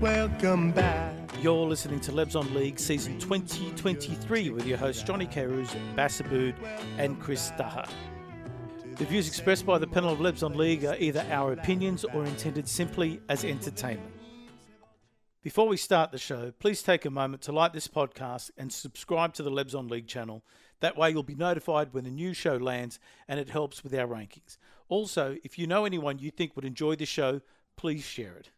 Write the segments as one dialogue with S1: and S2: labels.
S1: welcome back.
S2: You're listening to Lebs on League season 2023 with your hosts Johnny Carus, Bassabood, and Chris Staha. The views expressed by the panel of Lebs on League are either our opinions or intended simply as entertainment. Before we start the show, please take a moment to like this podcast and subscribe to the Lebs on League channel. That way, you'll be notified when a new show lands and it helps with our rankings. Also, if you know anyone you think would enjoy the show, please share it.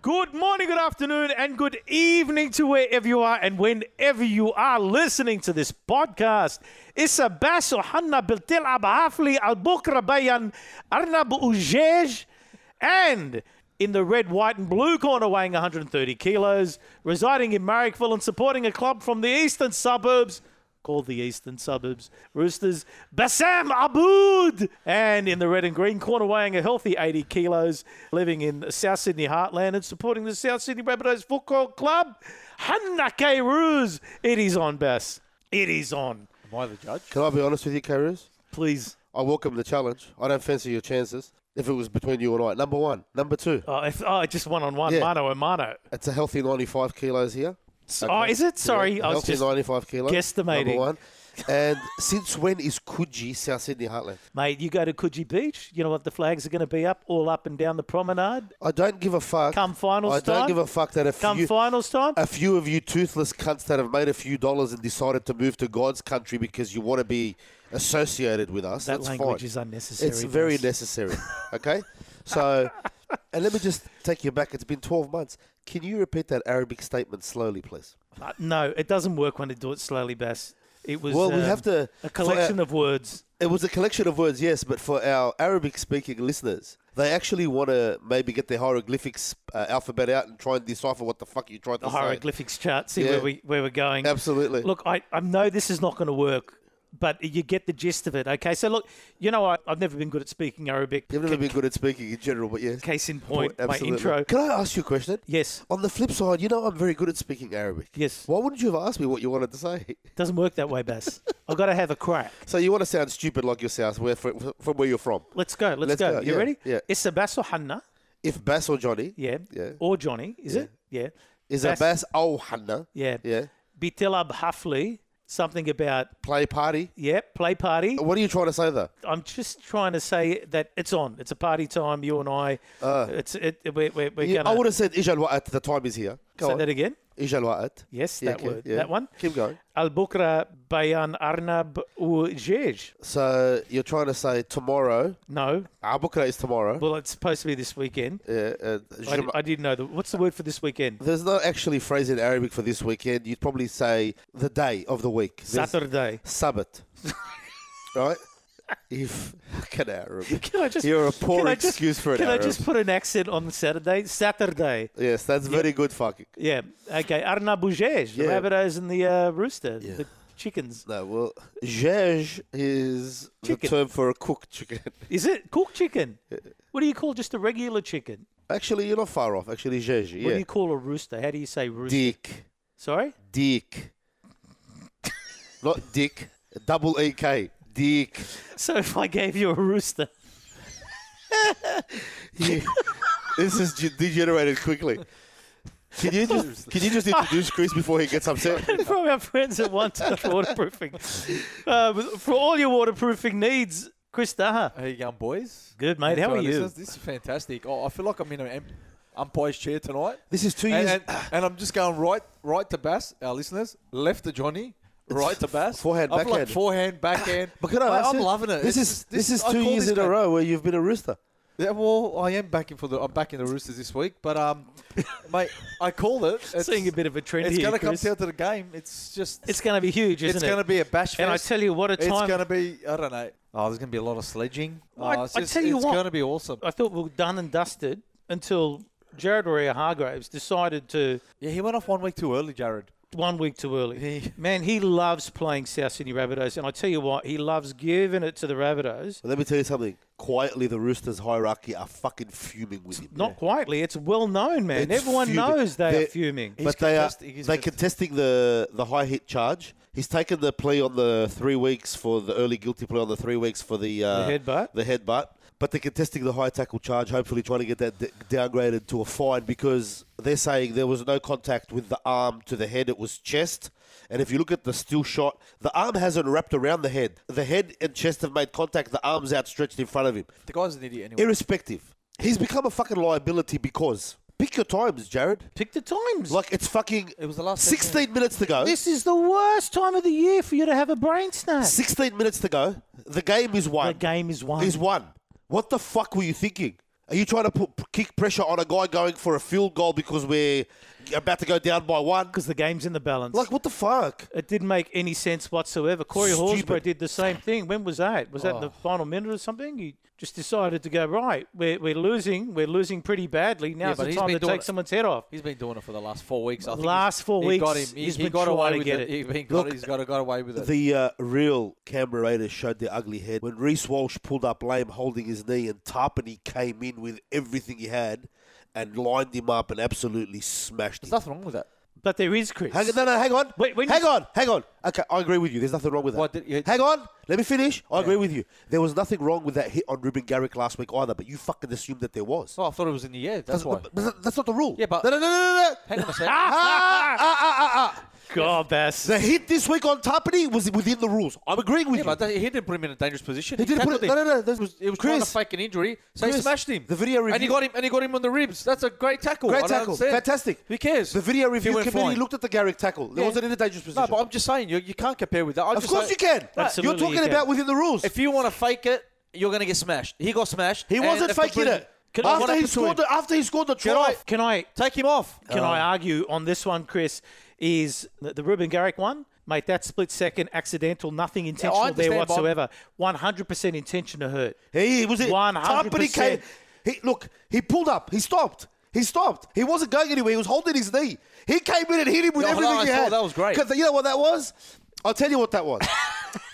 S2: Good morning, good afternoon, and good evening to wherever you are and whenever you are listening to this podcast. Issa basu hanna biltil abahafli al bukra bayan arnab ujej. And in the red, white, and blue corner, weighing 130 kilos, residing in Marrickville and supporting a club from the eastern suburbs called the Eastern Suburbs Roosters, Bassam Aboud. And in the red and green corner, weighing a healthy 80 kilos, living in the South Sydney heartland and supporting the South Sydney Rabbitohs Football Club, Hanake Ruse. It is on, Bass. It is on.
S3: Am I the judge?
S4: Can I be honest with you, Carus?
S2: Please.
S4: I welcome the challenge. I don't fancy your chances if it was between you and I. Number one. Number two,
S2: Oh, if, oh just one on one,
S4: Yeah.
S2: mano a mano.
S4: it's a healthy 95 kilos here.
S2: Oh, is it? Sorry, I
S4: Yeah,
S2: was
S4: healthy
S2: just
S4: 95 kilos.
S2: guesstimating.
S4: Number one. And since when is Coogee South Sydney Heartland?
S2: Mate, you go to Coogee Beach, you know what the flags are going to be up, all up and down the promenade.
S4: I don't give a fuck.
S2: Come finals
S4: I
S2: time.
S4: don't give a fuck that a
S2: Come
S4: few,
S2: finals time.
S4: a few of you toothless cunts that have made a few dollars and decided to move to God's country because you want to be associated with us.
S2: that
S4: That's
S2: language
S4: fine.
S2: is unnecessary.
S4: It's very
S2: Vince.
S4: necessary. Okay, so and let me just take you back. It's been twelve months. Can you repeat that Arabic statement slowly, please?
S2: Uh, no, it doesn't work when they do it slowly, Bass. It was
S4: Well, we
S2: um,
S4: have to.
S2: a collection
S4: for
S2: of words.
S4: our- it was a collection of words, yes, but for our Arabic-speaking listeners, they actually want to maybe get their hieroglyphics uh, alphabet out and try and decipher what the fuck you tried to
S2: The
S4: say.
S2: hieroglyphics chart. See
S4: Yeah.
S2: where we where we're going.
S4: Absolutely.
S2: Look, I, I know this is not going to work, but you get the gist of it. Okay, so look, you know I, I've never been good at speaking Arabic.
S4: You've never
S2: C-
S4: been good at speaking in general, but yes.
S2: Case in point, my
S4: Absolutely.
S2: intro.
S4: Can I ask you a question?
S2: Yes,
S4: On the flip side, you know I'm very good at speaking Arabic.
S2: yes.
S4: Why wouldn't you have asked me what you wanted to say?
S2: Doesn't work that way, Bass. I've got to have a crack.
S4: So you want to sound stupid like yourself where from, from where you're from?
S2: Let's go. Let's,
S4: Let's
S2: go.
S4: go,
S2: You
S4: yeah,
S2: ready?
S4: yeah.
S2: It's a Bass or Hanna.
S4: If Bass or Johnny
S2: Yeah.
S4: Yeah.
S2: Or Johnny, is it? Yeah.
S4: is
S2: Bass-
S4: a Bass or Hanna,
S2: Yeah.
S4: yeah,
S2: Bitilab Hafli. Something about
S4: play party.
S2: yeah, play party.
S4: What are you trying to say though?
S2: I'm just trying to say that it's on. It's a party time. You and I. it's it. We're, we're, we're
S4: You- Uh. I
S2: gonna
S4: would have said Ijal Wa'at, the time is here. Go
S2: say
S4: on.
S2: that again.
S4: Ijal Wa'at.
S2: Yes, that
S4: okay,
S2: word. That one.
S4: Keep going.
S2: Al Bukra Bayan Arnab Ujej.
S4: So you're trying to say tomorrow.
S2: No,
S4: Abukra is tomorrow.
S2: well, it's supposed to be this weekend.
S4: Yeah, uh,
S2: I,
S4: Jum-
S2: I didn't know the. What's the word for this weekend?
S4: there's no actually phrase in Arabic for this weekend. You'd probably say the day of the week. There's
S2: Saturday.
S4: Sabbath. right? If can Arabic.
S2: Can I just?
S4: You're a poor
S2: can I just-
S4: excuse for an
S2: Can I
S4: Arab.
S2: just put an accent on Saturday? Saturday.
S4: Yes, that's very good fucking.
S2: Yeah. Okay. Arnab Ujej.
S4: Yeah.
S2: The Rabbitohs and the uh, rooster.
S4: Yeah.
S2: The chickens.
S4: No, well, zhej is
S2: Chicken.
S4: the term for a cooked chicken.
S2: Is it cooked chicken?
S4: Uh,
S2: What do you call just a regular chicken?
S4: Actually, you're not far off. Actually, zhej,
S2: What do
S4: yeah.
S2: you call a rooster? How do you say rooster?
S4: Dick.
S2: Sorry?
S4: Dick. not dick. Double E-K. Dick.
S2: So if I gave you a rooster,
S4: Yeah. this is ge- degenerated quickly. Can you just can you just introduce Chris before he gets upset?
S2: from our friends at One Touch Waterproofing, uh, for all your waterproofing needs, Chris Daha.
S3: How you going, boys?
S2: Good, mate.
S3: And
S2: How
S3: to
S2: are
S3: our
S2: you?
S3: listeners, This is fantastic. Oh, I feel like I'm in an um, umpire's chair tonight.
S4: This is two
S3: And,
S4: years.
S3: and, and I'm just going right right to Bass, our listeners, left to Johnny, right to Bass.
S4: forehand,
S3: I feel Like
S4: backhand.
S3: forehand, backhand.
S4: but can I
S3: Mate,
S4: ask
S3: I'm
S4: you,
S3: loving it.
S4: This
S3: It's
S4: is
S3: just-
S4: this, is
S3: I
S4: two
S3: call
S4: years
S3: this
S4: in a
S3: game-
S4: row where you've been a rooster.
S3: Yeah, well, I am backing for the I'm backing the Roosters this week, but um, mate, I called it. It's,
S2: Seeing a bit of a trend
S3: It's
S2: here,
S3: gonna come
S2: Chris.
S3: down to the game. It's just
S2: It's going to be huge, isn't
S3: it's
S2: it?
S3: going to be a bash.
S2: and I
S3: fest.
S2: tell you what, a
S3: It's
S2: time.
S3: going to be, I don't know. Oh, there's going to be a lot of sledging. Oh,
S2: I-
S3: it's
S2: I
S3: just,
S2: tell you
S3: it's
S2: what.
S3: going to be awesome.
S2: I thought we were done and dusted until Jared Warrior Hargraves decided to
S3: Yeah, he went off one week too early, Jared.
S2: one week too early.
S3: He-
S2: Man, he loves playing South Sydney Rabbitohs, and I tell you what, he loves giving it to the Rabbitohs.
S4: But let me tell you something. Quietly, the Roosters hierarchy are fucking fuming with him.
S2: Not quietly. It's well known, man.
S4: It's
S2: Everyone
S4: fuming.
S2: knows they are
S4: They're-
S2: fuming.
S4: but they are
S3: contesting- he's
S4: they
S3: contest-
S4: contesting the the high hit charge. He's taken the plea on the three weeks for the early guilty plea on the three weeks for the, uh,
S2: The headbutt?
S4: The headbutt. But they're contesting the high tackle charge, hopefully trying to get that d- downgraded to a fine because they're saying there was no contact with the arm to the head, it was chest. And if you look at the still shot, the arm hasn't wrapped around the head. The head and chest have made contact, the arm's outstretched in front of him.
S3: The guy's an idiot anyway.
S4: Irrespective. He's become a fucking liability because. Pick your times, Jared.
S2: Pick the times.
S4: Like, it's fucking
S3: It was the last
S4: 16 minutes to go.
S2: this is the worst time of the year for you to have a brain snap.
S4: 16 minutes to go. The game is won.
S2: The game is won.
S4: is one. What the fuck were you thinking? Are you trying to put kick pressure on a guy going for a field goal because we're about to go down by one?
S2: Because the game's in the balance.
S4: Like, what the fuck?
S2: It didn't make any sense whatsoever. Corey
S4: Stupid.
S2: Horsburgh did the same thing. When was that? Was that in the final minute or something? He just decided to go right. We're, we're losing. We're losing pretty badly. Now's
S3: but
S2: the
S3: he's
S2: time
S3: been
S2: to
S3: doing
S2: take
S3: it-
S2: someone's head off.
S3: He's been doing it for the last four weeks. I think
S2: Last
S3: he's-
S2: four
S3: he
S2: weeks,
S3: Got him. He,
S2: he's
S3: he
S2: been
S3: got
S2: trying
S3: away
S2: to
S3: with
S2: get it.
S3: it. He's been got, he's got, got away with it.
S4: The uh, real Canberra Raiders showed their ugly head when Reese Walsh pulled up lame holding his knee and Tarpany came in with everything he had and lined him up and absolutely smashed
S3: There's
S4: him.
S3: nothing wrong with that.
S2: But there is Chris.
S4: Hang, no, no, hang on.
S2: Wait, when
S4: hang
S2: you-
S4: on, hang on. Okay, I agree with you. There's nothing wrong with that.
S3: What did you-
S4: hang on, let me finish. I agree with you. There was nothing wrong with that hit on Ruben Garrick last week either, but you fucking assumed that there was.
S3: Oh, I thought it was in the air. That's
S4: That's,
S3: why.
S4: but that- that's not the rule.
S3: Yeah, but-
S4: no, no, no, no, no.
S3: Hang on a sec.
S4: Ah, ah, ah, ah, ah.
S2: God, Bass.
S4: The hit this week on Tarpany was within the rules. I'm agreeing with
S3: Yeah,
S4: you.
S3: but that, he didn't put him in a dangerous position.
S4: He didn't put
S3: tackled
S4: it-
S3: him.
S4: no, no, no,
S3: It
S4: that-
S3: was, it was trying to
S4: Chris.
S3: fake an injury, so he
S4: Chris,
S3: smashed him.
S4: the video
S3: And he
S4: review-
S3: got him. And he got him on the ribs. That's a great tackle. I
S4: Great
S3: don't
S4: tackle,
S3: understand.
S4: fantastic.
S3: Who cares?
S4: the video
S3: He
S4: review
S3: went
S4: committee
S3: flying.
S4: looked at the Garrick tackle. There
S3: Yeah.
S4: wasn't any dangerous position.
S3: No, but I'm just saying you, you can't compare with that. I
S4: of
S3: just
S4: course
S3: say-
S4: you can.
S2: Absolutely
S4: You're talking
S2: you can.
S4: about within the rules.
S3: If you want to fake it, you're going to get smashed. He got smashed.
S4: he
S3: and
S4: wasn't
S3: it's
S4: faking
S3: completely-
S4: it.
S2: Can I- what
S4: After he
S2: happened to
S4: scored,
S2: him?
S4: the, after he scored the
S3: off.
S4: try,
S2: Can I
S3: Take him off.
S2: can I argue on this one, Chris? Is the, the Ruben Garrick one? Mate, that split second, accidental, nothing intentional there
S3: understand, Bob.
S2: whatsoever. 100% intention to hurt.
S4: He was it.
S2: 100%.
S4: Tarpany came. He look. He pulled up. He stopped. He stopped. He wasn't going anywhere. He was holding his knee. He came in and hit him with
S3: Yeah, I
S4: everything
S3: know, I
S4: he
S3: saw.
S4: had.
S3: That was great.
S4: 'Cause you know what that was? I'll tell you what that was.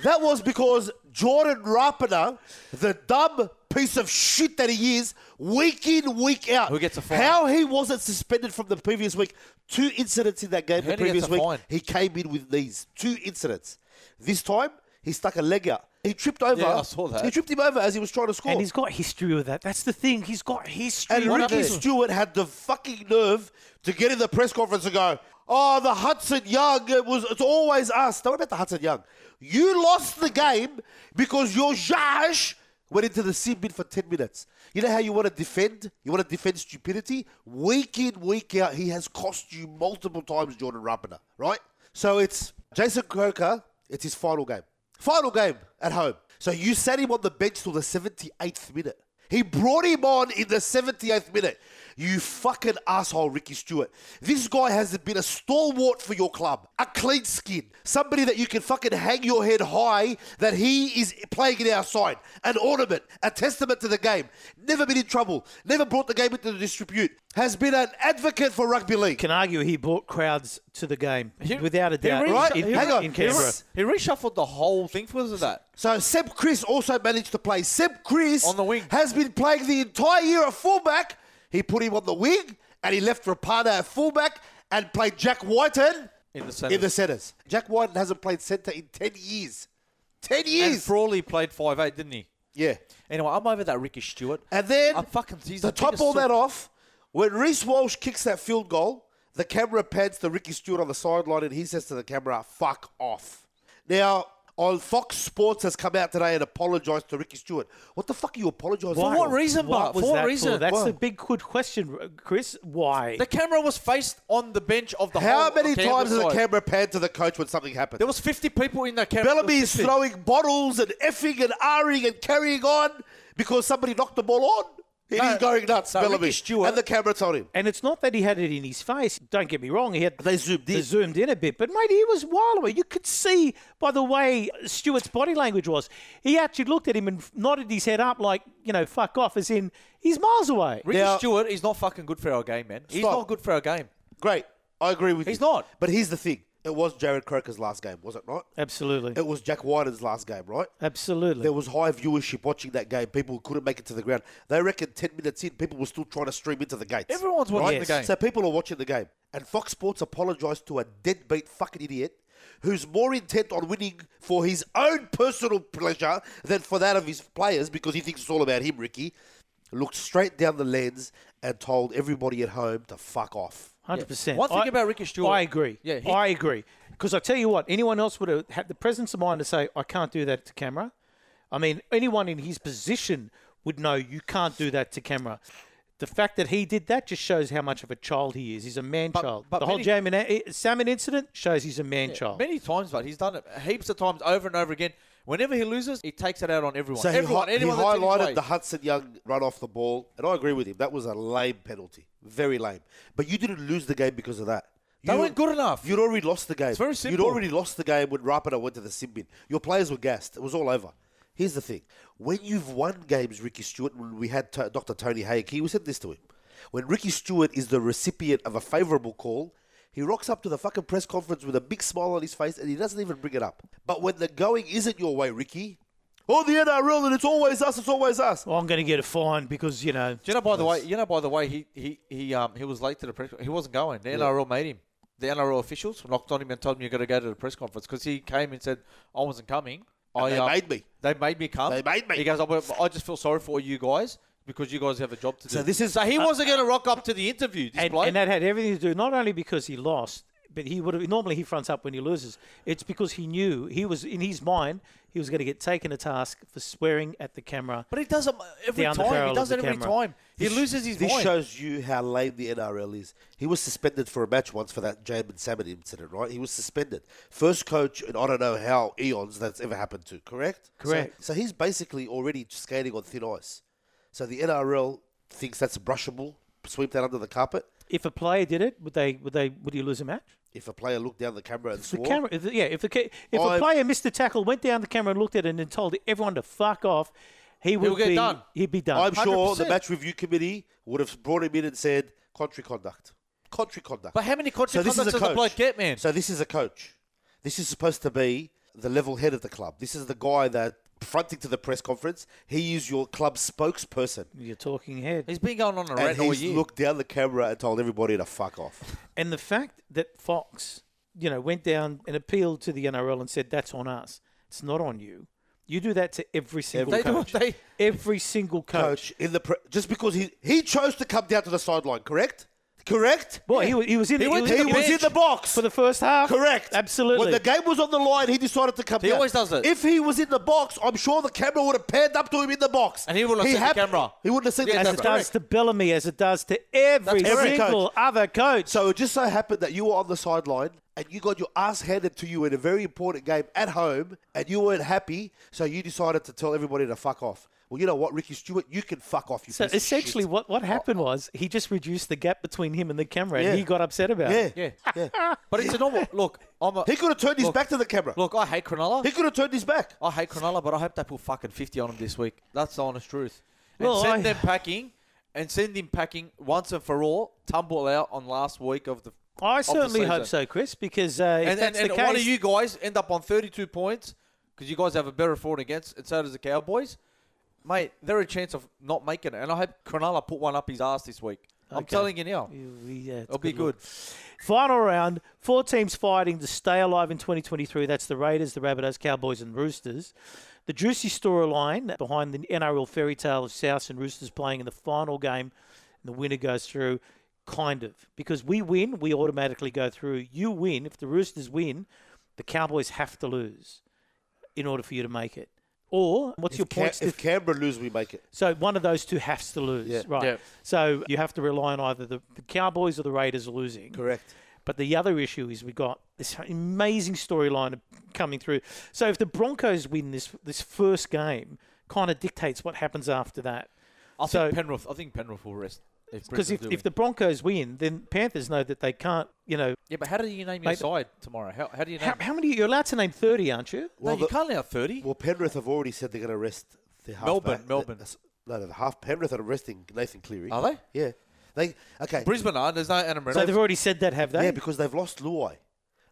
S4: that was because Jordan Rapina, the dumb piece of shit that he is, week in, week out.
S3: Who gets a fine.
S4: How he wasn't suspended from the previous week. Two incidents in that game the
S3: Henry
S4: previous
S3: gets a
S4: week.
S3: fine.
S4: He came in with these two incidents. This time, he stuck a leg out. He tripped over.
S3: Yeah, I saw that.
S4: He tripped him over as he was trying to score.
S2: And he's got history with that. That's the thing. He's got history
S4: And
S2: with
S4: Ricky
S2: it.
S4: Stewart had the fucking nerve to get in the press conference and go, "Oh, the Hudson Young. It was. It's always us. Don't worry about the Hudson Young. You lost the game because your Josh went into the sin bin for ten minutes. You know how you want to defend? You want to defend stupidity week in, week out. He has cost you multiple times, Jordan Rapina. Right? So it's Jason Croker. It's his final game. Final game at home. So you sat him on the bench till the 78th minute. He brought him on in the 78th minute. You fucking asshole, Ricky Stewart. This guy has been a stalwart for your club, a clean skin, somebody that you can fucking hang your head high that he is playing in our side, an ornament, a testament to the game. Never been in trouble, never brought the game into the dispute, has been an advocate for rugby league.
S2: can argue he brought crowds to the game
S3: He-
S2: without a
S3: he
S2: doubt.
S3: reshu-
S4: Right?
S3: he-
S2: in,
S4: Hang on.
S2: in
S3: He,
S2: Canberra.
S3: res- he reshuffled the whole thing because of that.
S4: So Seb Chris also managed to play. Seb Chris
S3: On the wing.
S4: has been playing the entire year at fullback. He put him on the wing and he left Rapana at fullback and played Jack Whiten
S3: In the centre.
S4: in the centres. Jack Whiten hasn't played centre in 10 years. 10
S3: And
S4: years.
S3: Frawley played five eight, didn't he?
S4: yeah.
S3: Anyway, I'm over that Ricky Stewart.
S4: And then
S3: I'm fucking. He's
S4: to
S3: the
S4: top
S3: biggest
S4: all that
S3: sort-
S4: off, when Reese Walsh kicks that field goal, the camera pans to Ricky Stewart on the sideline and he says to the camera, fuck off. Now, on Fox Sports has come out today and apologised to Ricky Stewart. What the fuck are you apologising
S3: For what reason,
S2: What
S3: Bob?
S2: was
S3: For
S2: that
S3: what reason?
S2: That's
S3: Why?
S2: the big good question, Chris. Why?
S3: The camera was faced on the bench of the whole
S4: How many
S3: Canberra
S4: times has the
S3: side.
S4: camera panned to the coach when something happened?
S3: There was 50 people in the camera.
S4: Bellamy is throwing bottles and effing and ahhing and carrying on because somebody knocked the ball on. And
S3: No,
S4: he's going nuts,
S3: no,
S4: Bellamy.
S3: Ricky Stewart-
S4: And the camera told him.
S2: and it's not that he had it in his face. Don't get me wrong. He had
S4: They zoomed
S2: they
S4: in.
S2: zoomed in a bit, but mate, he was wild away. You could see by the way Stewart's body language was. He actually looked at him and nodded his head up, like you know, fuck off, as in he's miles away.
S3: Ricky
S4: Now-
S3: Stewart is not fucking good for our game, man. He's
S4: Stop.
S3: not good for our game.
S4: Great. I agree with you.
S3: He's not.
S4: But here's the thing. It was Jared Croker's last game, was it not?
S2: Absolutely,
S4: It was Jack Wyden's last game, right?
S2: absolutely.
S4: There was high viewership watching that game. People couldn't make it to the ground. They reckon 10 minutes in, people were still trying to stream into the gates.
S3: Everyone's watching the game.
S4: So people are watching the game. And Fox Sports apologised to a deadbeat fucking idiot who's more intent on winning for his own personal pleasure than for that of his players because he thinks it's all about him, Ricky. looked straight down the lens, and told everybody at home to fuck off.
S2: Hundred percent.
S3: One thing
S2: I-
S3: about Ricky Stewart-
S2: I agree.
S3: Yeah, he-
S2: I agree. Because I tell you what, anyone else would have had the presence of mind to say, "I can't do that to camera." I mean, anyone in his position would know you can't do that to camera. The fact that he did that just shows how much of a child he is. He's a man child.
S3: but
S2: the whole
S3: many-
S2: Jamin salmon incident shows he's a man child.
S3: Many times, but he's done it heaps of times over and over again. Whenever he loses, he takes it out on everyone.
S4: So he,
S3: everyone,
S4: hi- he
S3: anyone that's in his way.
S4: highlighted the Hudson Young run off the ball, and I agree with him. That was a lame penalty, very lame. But you didn't lose the game because of that.
S3: They
S4: You-
S3: weren't good enough.
S4: You'd already lost the game.
S3: very
S4: You'd
S3: simple.
S4: already lost the game when Rapida went to the sin bin. Your players were gassed. It was all over. Here's the thing: when you've won games, Ricky Stewart. When we had to, Dr. Tony Hayek, he said this to him: when Ricky Stewart is the recipient of a favourable call. He rocks up to the fucking press conference with a big smile on his face and he doesn't even bring it up. But when the going isn't your way, Ricky, oh, the NRL, and it's always us, it's always us.
S2: Well, I'm going to get a fine because you know.
S3: Do you know by the way? You know by the way, he he he um he was late to the press. He wasn't going. The NRL made him. The NRL officials knocked on him and told him you got to go to the press conference because he came and said I wasn't coming. I,
S4: they
S3: um,
S4: made me.
S3: They made me come.
S4: They made me.
S3: He goes, I, wa- I just feel sorry for you guys because you guys have a job to do.
S4: So this is-
S3: so he wasn't going to rock up to the interview. This
S2: and,
S3: bloke.
S2: and that had everything to do not only because he lost, but he would have normally he fronts up when he loses. It's because he knew he was in his mind he was going to get taken to task for swearing at the camera.
S3: but he does it every
S2: Down the
S3: time.
S2: barrel
S3: He
S2: of
S3: does
S2: the
S3: it every
S2: camera.
S3: time. He loses his
S4: This
S3: mind.
S4: shows you how lame the NRL is. He was suspended for a match once for that Jamin Salmon incident, right? He was suspended. First coach, and I don't know how eons that's ever happened to, correct?
S2: Correct.
S4: So, so he's basically already skating on thin ice. So the NRL thinks that's brushable, sweep that under the carpet.
S2: If a player did it, would they would they would he lose a match?
S4: If a player looked down the camera and
S2: The
S4: swore,
S2: camera, if, yeah. If the ca- if a
S4: I-
S2: player missed the tackle, went down the camera and looked at it, and then told everyone to fuck off, he would
S3: He'll get
S2: be
S3: done.
S2: he'd be done.
S4: I'm sure the
S3: 100%.
S4: match review committee would have brought him in and said, contrary conduct. Contrary conduct.
S3: but how many
S4: So
S3: contract
S4: this is a
S3: conducts does the
S4: coach.
S3: bloke get, man?
S4: So this is a coach. This is supposed to be the level head of the club. This is the guy that fronting to the press conference. He is your club spokesperson.
S2: You're talking head.
S3: he's been going on a
S4: And
S3: rant all
S4: he's
S3: year.
S4: looked down the camera and told everybody to fuck off.
S2: And the fact that Fox, you know, went down and appealed to the NRL and said that's on us. It's not on you. You do that to every single
S3: they do.
S2: coach.
S3: They
S2: every single coach.
S4: Coach in the pre- just because he he chose to come down to the sideline, correct? Correct.
S2: Well, he was he was in
S3: He
S2: he
S3: went
S2: was,
S3: to
S4: He
S2: in
S3: the
S2: the
S4: was in
S3: bench.
S4: the box.
S2: for the first half.
S4: Correct.
S2: Absolutely.
S4: When the game was on the line, he decided to come
S3: He
S4: down.
S3: always does it.
S4: If he was in the box, I'm sure the camera would have panned up to him in the box.
S3: And he wouldn't have seen the camera.
S4: He wouldn't have seen
S3: Yeah,
S4: the
S2: as
S4: camera.
S2: it does to Bellamy, as it does to every
S3: That's correct.
S2: single other coach.
S4: So it just so happened that you were on the sideline and you got your ass handed to you in a very important game at home and you weren't happy, so you decided to tell everybody to fuck off. Well, you know what, Ricky Stewart, you can fuck off. You
S2: So
S4: piece of
S2: essentially,
S4: shit.
S2: what, what happened was he just reduced the gap between him and the camera,
S4: Yeah.
S2: and he got upset about
S4: Yeah.
S2: it.
S3: Yeah. But it's a normal look. I'm a,
S4: He could have turned his
S3: Look.
S4: back to the camera.
S3: look. I hate Cronulla.
S4: He could have turned his back.
S3: I hate Oh, Cronulla, but I hope they put fucking fifty on him this week. That's the honest truth. And
S2: Well,
S3: send
S2: I-
S3: them packing, and send him packing once and for all. Tumble out on last week of the.
S2: I
S3: of the
S2: certainly hope
S3: season.
S2: so, Chris, because uh, if
S3: And and,
S2: that's
S3: and
S2: the
S3: one
S2: case,
S3: of you guys end up on thirty-two points because you guys have a better forward against, and so does the Cowboys. Mate, they're a chance of not making it, and I hope Cronulla put one up his ass this week. I'm
S2: Okay.
S3: telling you now,
S2: You- yeah, it's
S3: it'll be
S2: luck.
S3: good.
S2: Final round, four teams fighting to stay alive in 2023. That's the Raiders, the Rabbitohs, Cowboys, and Roosters. The juicy storyline behind the NRL fairy tale of South and Roosters playing in the final game, and the winner goes through, kind of. Because we win, we automatically go through. You win. If the Roosters win, the Cowboys have to lose in order for you to make it. Or, what's your
S4: If, Ca-
S2: points? dif-
S4: if Canberra lose, we make it.
S2: so one of those two has to lose,
S4: Yeah.
S2: right?
S3: Yeah.
S2: So you have to rely on either the, the Cowboys or the Raiders losing.
S4: Correct.
S2: But the other issue is we got this amazing storyline coming through. So if the Broncos win this this first game, kind of dictates what happens after that.
S3: I
S2: So-
S3: think Penrith. I think Penrith will rest.
S2: Because if,
S3: Brisbane do
S2: if
S3: win.
S2: the Broncos win, then Panthers know that they can't. You know,
S3: yeah, but how do you name your
S2: Mate-
S3: side tomorrow? How, how do you name?
S2: how, how many you're allowed to name thirty, aren't you?
S3: no, you
S4: the-
S3: can't allow thirty.
S4: Well, Penrith have already said they're going to rest the half
S3: Melbourne, Melbourne.
S4: No, no, the half Penrith are resting Nathan Cleary.
S3: Are they?
S4: Yeah. They okay.
S3: Brisbane are. There's no Adam
S2: So they've
S3: Reynolds.
S2: already said that, have they?
S4: Yeah, because they've lost Luai.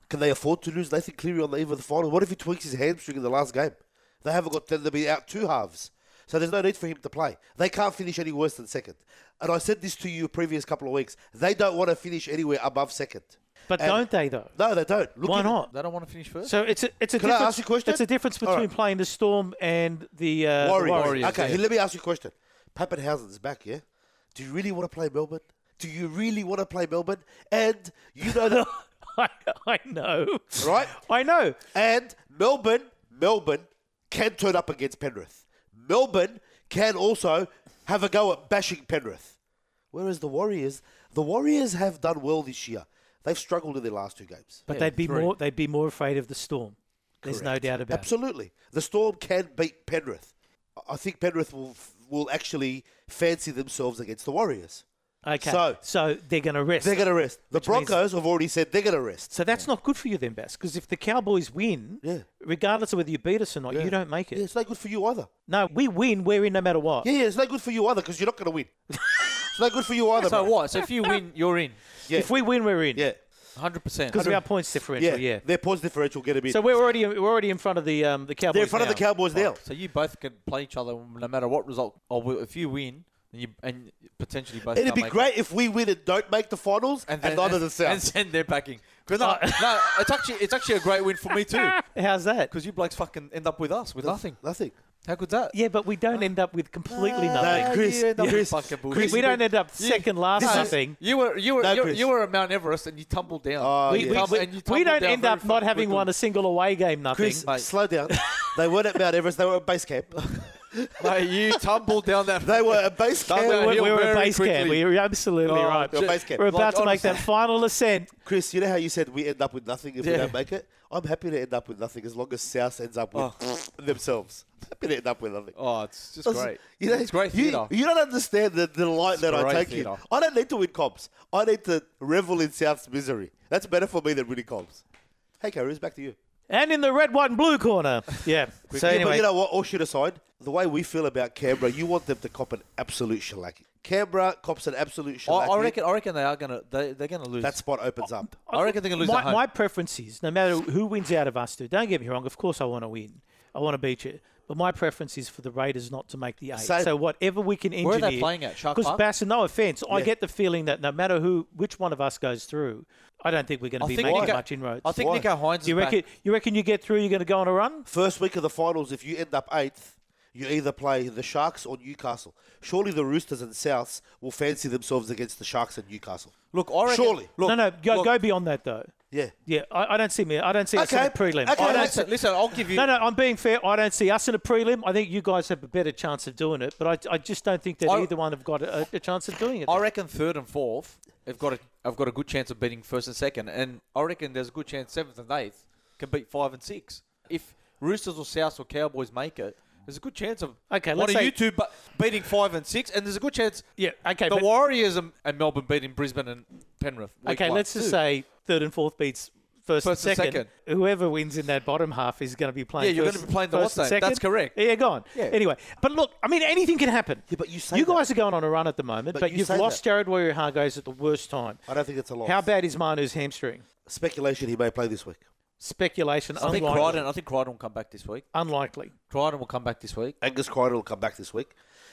S4: Can they afford to lose Nathan Cleary on the eve of the final? What if he tweaks his hamstring in the last game? They haven't got them to be out two halves. So there's no need for him to play. They can't finish any worse than second. And I said this to you previous couple of weeks. They don't want to finish anywhere above second.
S2: but
S4: And-
S2: don't they though?
S4: No, they don't. Look
S2: Why
S4: at-
S2: not?
S3: They don't want to finish first.
S2: So it's a it's a
S4: Can I
S2: difference.
S4: ask you a question?
S2: It's a difference
S4: All
S2: between
S4: right.
S2: playing the Storm and the uh, the
S4: Warriors.
S2: Warriors.
S4: Okay,
S3: yeah.
S4: let me ask you a question. Pappenhausen's back, yeah? Do you really want to play Melbourne? Do you really want to play Melbourne? And you know that,
S2: I, I know.
S4: right?
S2: I know.
S4: And Melbourne, Melbourne can turn up against Penrith. Melbourne can also have a go at bashing Penrith. Whereas the Warriors, the Warriors have done well this year. They've struggled in their last two games.
S2: But they'd be
S3: three.
S2: more they'd be more afraid of the storm. There's no doubt about it.
S4: Absolutely. The Storm can beat Penrith. I- I think Penrith will will actually fancy themselves against the Warriors.
S2: Okay. So,
S4: So-
S2: they're going to rest.
S4: They're going to rest. The
S2: means-
S4: Broncos have already said they're going to rest.
S2: so that's not good for you then, Bass, because if the Cowboys win,
S4: Yeah.
S2: regardless of whether you beat us or not, you don't make it.
S4: Yeah, it's not good for you either.
S2: No, we win, we're in no matter what.
S4: Yeah, yeah, it's not good for you either because you're not going to win. it's not good for you either.
S3: So
S4: bro.
S3: what? So if you win, you're in.
S4: Yeah.
S2: If we win, we're in.
S4: Yeah,
S3: Hundred percent.
S2: Because of our points
S4: yeah,
S2: differential, yeah.
S4: Their points differential going to be.
S2: So we're already we're already in front of the um, the Cowboys.
S4: they're in front of the
S2: now.
S4: Cowboys now.
S3: So you both can play each other no matter what result. Or wi- if you win, then you and potentially both.
S4: It'd
S3: can't
S4: be
S3: make it.
S4: great if we win and don't make the finals, and,
S3: And then
S4: neither
S3: and,
S4: the South.
S3: and send their backing. 'Cause No, no, it's actually it's actually a great win for me too.
S2: How's that?
S3: Because you blokes fucking end up with us with nothing.
S4: Nothing.
S3: How good's that?
S2: Yeah, but we don't end up with completely nothing.
S4: no, Chris,
S3: you end up with
S4: Chris,
S3: fucking bullshit.
S4: Chris,
S2: we don't end up
S3: You-
S2: second last
S4: this is-
S2: nothing.
S3: You were you were
S4: No,
S3: you,
S4: Chris.
S3: you were at Mount Everest and you tumbled down.
S4: Oh,
S2: We,
S4: yeah.
S2: we,
S3: Tumble-
S2: we-
S3: and you
S2: we
S3: tumbled
S2: don't
S3: down
S2: end
S3: very
S2: up not
S3: fucking
S2: having
S3: quickly.
S2: won a single away game nothing.
S4: Chris,
S3: mate.
S4: slow down. they weren't at Mount Everest. They were at base camp.
S3: Mate, you tumbled down that.
S4: They were at base camp.
S3: They
S2: we're,
S3: were
S2: we're,
S3: here
S2: at
S3: uh, very
S2: base camp.
S3: quickly.
S2: We're absolutely
S3: Oh,
S2: right.
S4: You're at base camp.
S2: We're about
S3: Like,
S2: to make that final ascent.
S4: Chris, you know how you said we end up with nothing if we
S3: Yeah.
S4: don't make it? I'm happy to end up with nothing as long as South ends up with themselves. Happy to end up with nothing.
S3: Oh, it's just
S4: Doesn't-
S3: great.
S4: You know,
S3: it's great
S4: you,
S3: theatre.
S4: you don't understand the delight that I
S3: great
S4: take
S3: theatre.
S4: in. I don't need to win comps. I need to revel in South's misery. That's better for me than winning comps. Hey, Karoos, back to you.
S2: And in the red, white, and blue corner. Yeah. so
S4: Yeah,
S2: anyway,
S4: but you know what? All shit aside, the way we feel about Canberra, you want them to cop an absolute shellacking. Canberra cops an absolute
S3: I,
S4: shellacking.
S3: I reckon. I reckon they are gonna. They, they're gonna lose.
S4: that spot opens up.
S3: I reckon they're gonna lose
S2: my,
S3: at home.
S2: my preference is no matter who wins out of us two. Don't get me wrong. Of course, I want to win. I want to beat you. But my preference is for the Raiders not to make the eight.
S4: Same.
S2: So whatever we can engineer.
S3: Where are they playing at? Shark
S2: Because
S3: Park?
S2: Bass, no offense, I
S4: Yeah.
S2: get the feeling that no matter who, which one of us goes through, I don't think we're going to
S3: I
S2: be
S3: think
S2: making
S3: Nico-
S2: much inroads.
S3: I think
S4: Why?
S3: Nico Hines.
S2: you
S3: is
S2: reckon?
S3: back.
S2: You reckon you get through? You're going to go on a run?
S4: First week of the finals, if you end up eighth, you either play the Sharks or Newcastle. Surely the Roosters and Souths will fancy themselves against the Sharks and Newcastle.
S3: Look, I reckon.
S4: Surely.
S3: Look,
S2: no, no. Go,
S3: look,
S2: go beyond that though.
S4: Yeah.
S2: Yeah, I, I don't see me. I don't see us in
S4: Okay,
S2: a prelim.
S4: okay,
S2: I
S3: I
S2: don't
S3: listen, listen, I'll give you.
S2: No, no, I'm being fair. I don't see us in a prelim. I think you guys have a better chance of doing it, but I, I just don't think that
S3: I-
S2: either one have got a, a chance of doing it.
S3: I reckon third and fourth have got a have got a good chance of beating first and second, and I reckon there's a good chance seventh and eighth can beat five and six. If Roosters or Souths or Cowboys make it, there's a good chance of
S2: Okay,
S3: one
S2: let's
S3: of
S2: say-
S3: you two bu- beating five and six, and there's a good chance
S2: yeah, okay.
S3: the
S2: but-
S3: Warriors and, and Melbourne beating Brisbane and Penrith. week
S2: okay,
S3: one.
S2: let's just uh, say third and fourth beats first,
S3: First and second.
S2: Whoever wins in that bottom half is going to be playing.
S3: Yeah, you're
S2: first-
S3: gonna be playing the
S2: first and
S3: Watson.
S2: second.
S3: That's correct.
S2: Yeah, go on.
S3: Yeah.
S2: Anyway, but look, I mean, anything can happen.
S4: Yeah, but you say
S2: you
S4: that.
S2: guys are going on a run at the moment, but,
S4: But you
S2: you've
S4: say
S2: lost
S4: that.
S2: Jared Warrior Hargos at the worst time.
S4: I don't think that's a loss.
S2: How bad is Manu's hamstring?
S4: Speculation he may play this week.
S2: Speculation.
S3: I think
S2: unlikely.
S3: Crichton. I think Crichton will come back this week.
S2: Unlikely.
S3: Crichton will come back this week,
S4: Angus Crichton will come back this week.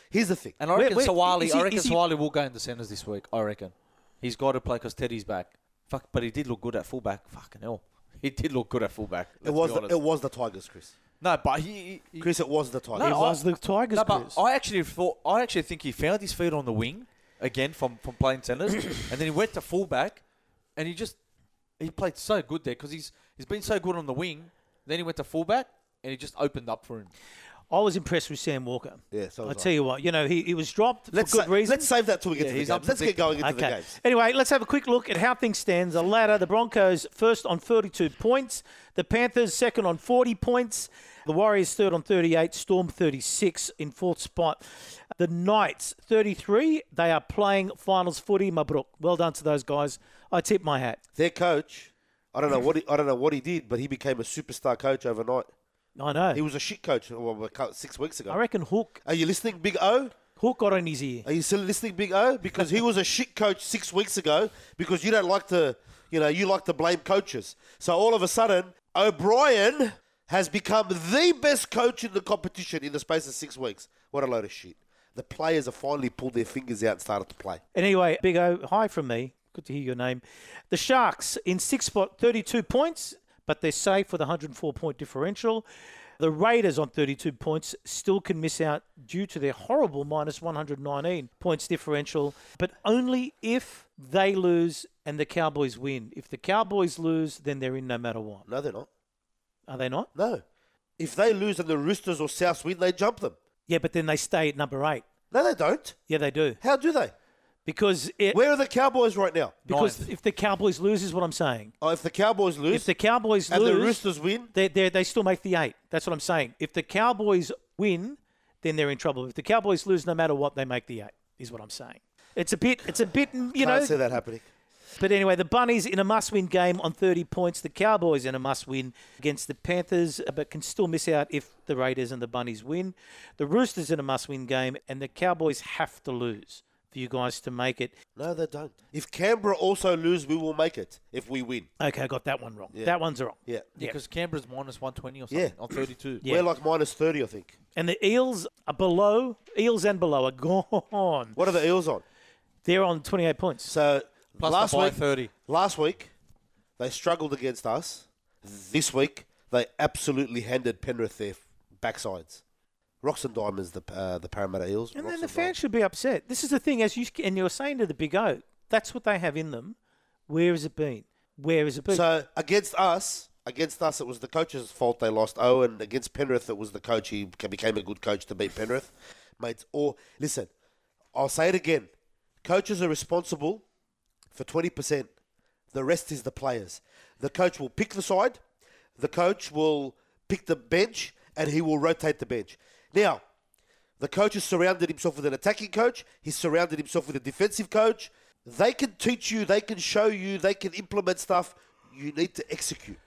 S4: Here's the thing.
S3: and I
S2: Where-
S3: reckon
S2: where-
S3: Sawali.
S2: is he-
S3: I reckon
S2: is he-
S3: Sawali will go in the centres this week. I reckon he's got to play because Teddy's back. Fuck, but he did look good at fullback. Fucking hell. He did look good at fullback.
S4: It
S3: let's
S4: was,
S3: be
S4: the,
S3: honest.
S4: it was the Tigers, Chris.
S3: No, but he. he-
S4: Chris, it was the Tigers.
S2: it
S3: No, I-
S2: was the Tigers.
S3: no, but
S2: Chris.
S3: I actually thought. I actually think he found his feet on the wing again from from playing centres, and then he went to fullback, and he just he played so good there because he's he's been so good on the wing. Then he went to fullback, and he just opened up for him.
S2: I was impressed with Sam Walker.
S4: Yeah, so
S2: I
S4: was I.
S2: tell you what, you know, he, he was dropped
S4: let's,
S2: for good
S4: sa-
S2: reason.
S4: let's save that till we get
S3: Yeah,
S4: to the
S3: he's
S4: games. Let's get going into the
S2: okay.
S4: games.
S2: Anyway, let's have a quick look at how things stand. The ladder, the Broncos first on 32 points, the Panthers second on 40 points, the Warriors third on 38, Storm 36 in fourth spot. The Knights 33. They are playing finals footy. Mabruk. Well done to those guys. I tip my hat.
S4: Their coach, I don't know what he, I don't know what he did, but he became a superstar coach overnight.
S2: I know.
S4: He was a shit coach well, six weeks ago.
S2: I reckon Hook
S4: Are you listening, Big O?
S2: Hook got on his ear.
S4: Are you still listening, Big O? Because he was a shit coach six weeks ago. Because you don't like to, you know, you like to blame coaches. So all of a sudden, O'Brien has become the best coach in the competition in the space of six weeks. What a load of shit! The players have finally pulled their fingers out and started to play.
S2: And anyway, Big O, hi from me. Good to hear your name. The Sharks in sixth spot, 32 points, but they're safe with 104 point differential. The Raiders on 32 points still can miss out due to their horrible minus 119 points differential, but only if they lose and the Cowboys win. If the Cowboys lose, then they're in no matter what.
S4: No, they're not.
S2: Are they not?
S4: No. If they lose and the Roosters or South win, they jump them.
S2: Yeah, but then they stay at number eight.
S4: No, they don't.
S2: Yeah, they do.
S4: How do they?
S2: Because it,
S4: Where are the Cowboys right now?
S2: because
S3: Ninth.
S2: if the Cowboys lose, is what I'm saying.
S4: Oh, if the Cowboys lose
S2: If the Cowboys
S4: and
S2: lose,
S4: the Roosters win,
S2: they, they, they still make the eight. That's what I'm saying. If the Cowboys win, then they're in trouble. If the Cowboys lose, no matter what, they make the eight. Is what I'm saying. It's a bit. It's a bit. You
S4: can't
S2: know.
S4: see that happening.
S2: But anyway, the Bunnies in a must-win game on 30 points. The Cowboys in a must-win against the Panthers, but can still miss out if the Raiders and the Bunnies win. The Roosters in a must-win game, and the Cowboys have to lose for you guys to make it.
S4: No, they don't. If Canberra also lose, we will make it if we win.
S2: Okay, I got that one wrong. That one's wrong.
S4: Yeah.
S2: Yeah.
S3: Because Canberra's minus 120 or
S4: Yeah.
S3: something on 32.
S2: Yeah.
S4: We're like minus 30, I think.
S2: And the Eels are below. Eels and below are gone.
S4: What are the Eels on?
S2: They're on 28 points.
S4: So
S3: Plus
S4: last
S3: the buy
S4: week,
S3: 30.
S4: last week, they struggled against us. This week, they absolutely handed Penrith their backsides. Rocks and diamonds, the uh, the Parramatta Eels.
S2: And
S4: Rocks
S2: then the fans
S4: diamonds.
S2: should be upset. This is the thing, as you and you're saying to the Big O, that's what they have in them. Where has it been? Where has it been?
S4: So against us, against us, it was the coach's fault they lost. Oh, and against Penrith, it was the coach. He beca- became a good coach to beat Penrith, mates. Or listen, I'll say it again: coaches are responsible for twenty percent. The rest is the players. The coach will pick the side. The coach will pick the bench, and he will rotate the bench. Now, the coach has surrounded himself with an attacking coach. He's surrounded himself with a defensive coach. They can teach you, they can show you, they can implement stuff. You need to execute.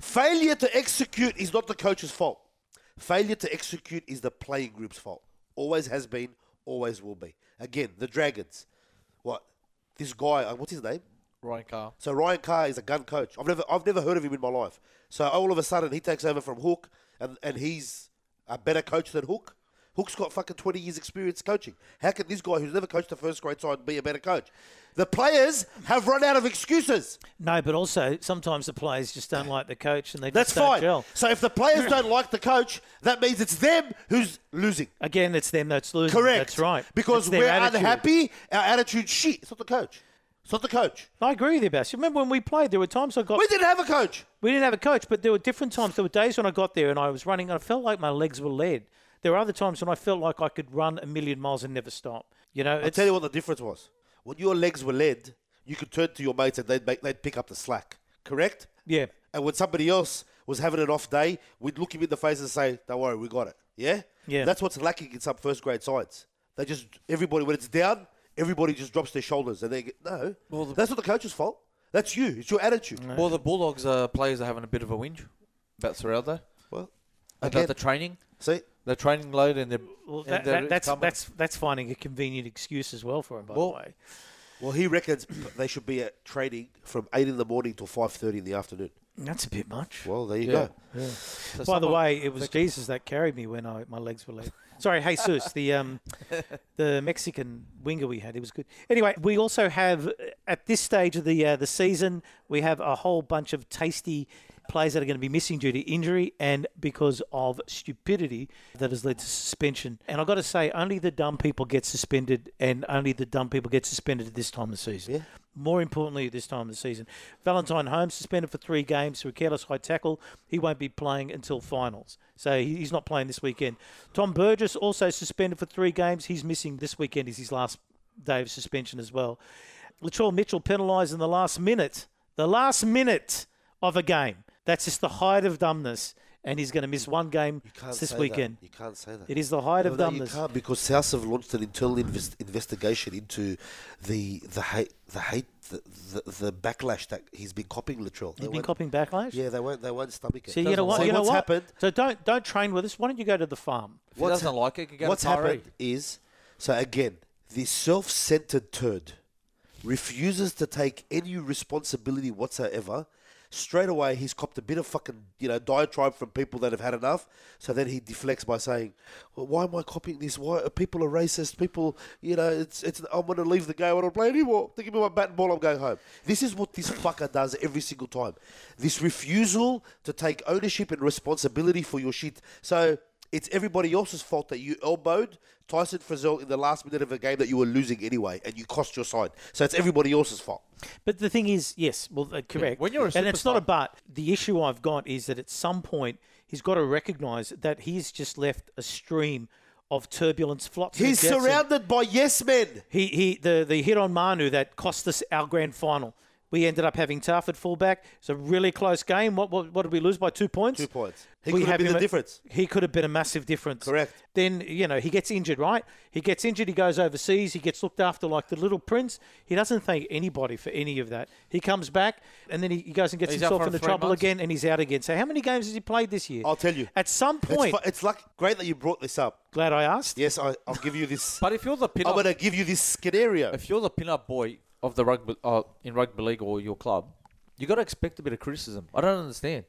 S4: Failure to execute is not the coach's fault. Failure to execute is the playing group's fault. Always has been, always will be. Again, the Dragons. What? This guy, uh, what's his name?
S3: Ryan Carr.
S4: So Ryan Carr is a gun coach. I've never I've never heard of him in my life. So all of a sudden he takes over from Hook and, and he's a better coach than Hook. Hook's got fucking twenty years experience coaching. How can this guy who's never coached a first grade side be a better coach? The players have run out of excuses.
S2: no, but also sometimes the players just don't like the coach and they
S4: That's
S2: just don't
S4: fine.
S2: gel.
S4: So if the players don't like the coach, that means it's them who's losing.
S2: Again, it's them that's losing.
S4: Correct.
S2: That's right.
S4: Because
S2: It's their
S4: we're
S2: attitude.
S4: unhappy, our attitude shit. It's not the coach. It's not the coach.
S2: I agree with you, Bass. Remember when we played? There were times I got
S4: We didn't have a coach.
S2: We didn't have a coach, but there were different times. There were days when I got there and I was running and I felt like my legs were lead. There were other times when I felt like I could run a million miles and never stop. You know,
S4: I'll
S2: it's,
S4: tell you what the difference was. When your legs were led, you could turn to your mates and they'd, make, they'd pick up the slack. Correct?
S2: yeah.
S4: And when somebody else was having an off day, we'd look him in the face and say, don't worry, we got it. Yeah?
S2: Yeah.
S4: That's what's lacking in some first grade sides. They just, everybody, when it's down, everybody just drops their shoulders and they get, no,
S3: Well, the-
S4: that's not the coach's fault. That's you. It's your attitude.
S3: Well, the Bulldogs uh, players are having a bit of a whinge about Serraldo.
S4: Well,
S3: About
S4: again,
S3: the training.
S4: see,
S3: The training load and their.
S2: Well,
S3: and
S2: that,
S3: their
S2: that, that's
S3: incumbent.
S2: that's that's finding a convenient excuse as well for him, by
S3: Well-
S2: the way.
S4: well, he reckons p- they should be at training from 8 in the morning till 5.30 in the afternoon.
S2: That's a bit much.
S4: Well, there you
S3: Yeah.
S4: go.
S2: by the
S3: So someone-
S2: way, it was Jesus that carried me when I, my legs were lead. Sorry, Jesus, the um, the Mexican winger we had, he was good. Anyway, we also have uh, at this stage of the uh, the season, we have a whole bunch of tasty players that are going to be missing due to injury and because of stupidity that has led to suspension. And I've got to say, only the dumb people get suspended, and only the dumb people get suspended at this time of the season.
S4: Yeah.
S2: More importantly, at this time of the season, Valentine Holmes suspended for three games for a careless high tackle. He won't be playing until finals, so he- he's not playing this weekend. Tom Burgess also suspended for three games. He's missing this weekend. Is his last day of suspension as well. Latrell Mitchell penalised in the last minute, the last minute of a game. That's just the height of dumbness, and he's going to miss one game this
S4: say that.
S2: weekend.
S4: You can't say that.
S2: It is the height of
S4: No, you
S2: dumbness.
S4: can't because South have launched an internal invest- investigation into the the hate, the hate, the, the, the backlash that he's been copying Latrell. They
S2: You've been
S4: won't-
S2: copying backlash.
S4: Yeah, they won't. They won't stomach it.
S2: So you know what?
S4: See,
S2: You know
S4: what's
S2: what?
S4: happened?
S2: So don't don't train with us. Why don't you go to the farm?
S3: If he doesn't like it, you go
S4: what's
S3: to Tyree.
S4: happened is so again this self-centered turd refuses to take any responsibility whatsoever Straight away, he's copped a bit of fucking you know diatribe from people that have had enough. So then he deflects by saying, well, "Why am I copying this? Why people are racist? People, you know, it's it's. I'm going to leave the game. I don't play anymore. They give me my bat and ball. I'm going home. This is what this fucker does every single time. This refusal to take ownership and responsibility for your shit. So it's everybody else's fault that you elbowed Tyson Frizzell in the last minute of a game that you were losing anyway, and you cost your side. So it's everybody else's fault.
S2: But the thing is, yes, well, uh, correct.
S3: when you're a
S2: and it's not
S3: superstar-
S2: a but. The issue I've got is that at some point he's got to recognise that he's just left a stream of turbulence. Flotsam and
S4: He's
S2: jetsam.
S4: surrounded by yes men.
S2: He he. The the hit on Manu that cost us our grand final. We ended up having Tarford fullback. It's a really close game. What what, what did we lose by two points?
S4: Two points. He
S2: We
S4: could have been
S2: him
S4: the
S2: at-
S4: difference.
S2: He could have been a massive difference.
S4: Correct.
S2: Then you know he gets injured, right? He gets injured. He goes overseas. He gets looked after like the little prince. He doesn't thank anybody for any of that. He comes back and then he, he goes and gets
S3: He's out
S2: himself
S3: for
S2: into
S3: three
S2: trouble
S3: months.
S2: again, and he's out again. So how many games has he played this year?
S4: I'll tell you.
S2: At some
S4: It's,
S2: point,
S4: fu- it's like great that you brought this up.
S2: glad I asked.
S4: Yes, I, I'll give you this.
S3: But if you're the
S4: I'm
S3: pin-up,
S4: going to give you this scenario.
S3: if you're the pin-up boy of the rugby uh, in rugby league or your club, you got to expect a bit of criticism. I don't understand.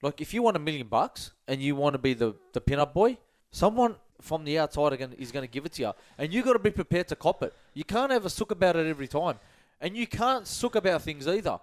S3: Like if you want a million bucks and you want to be the the pin-up boy, someone from the outside are gonna, is going to give it to you, and you got to be prepared to cop it. You can't have a sook about it every time, and you can't sook about things either.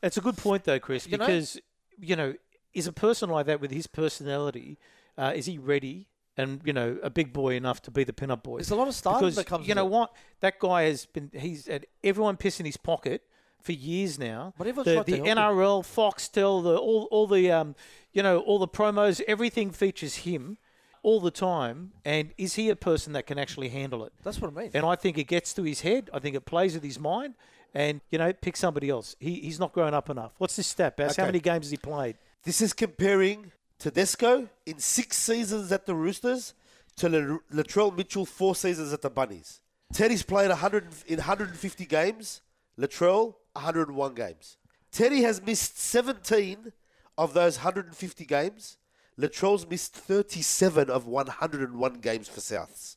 S2: It's a good point though, Chris,
S3: You know-
S2: because you know, is a person like that with his personality, uh, is he ready and you know a big boy enough to be the pin-up boy?
S3: It's a lot of stardom
S2: because
S3: that comes
S2: you
S3: with
S2: know
S3: it.
S2: what that guy has been. He's had everyone piss in his pocket for years now.
S3: But everyone's
S2: the,
S3: tried to
S2: the
S3: help him.
S2: NRL, Foxtel, the all all the um, you know all the promos, everything features him all the time. And is he a person that can actually handle it?
S3: That's what I mean.
S2: And I think it gets to his head. I think it plays with his mind. And, you know, pick somebody else. He, he's not grown up enough. What's this stat, Bass? How
S4: Okay.
S2: many games has he played?
S4: This is comparing Tedesco in six seasons at the Roosters to La- Latrell Mitchell four seasons at the Bunnies. Teddy's played 100 and- in 150 games, Latrell 101 games. Teddy has missed 17 of those 150 games. Latrell's missed 37 of 101 games for Souths.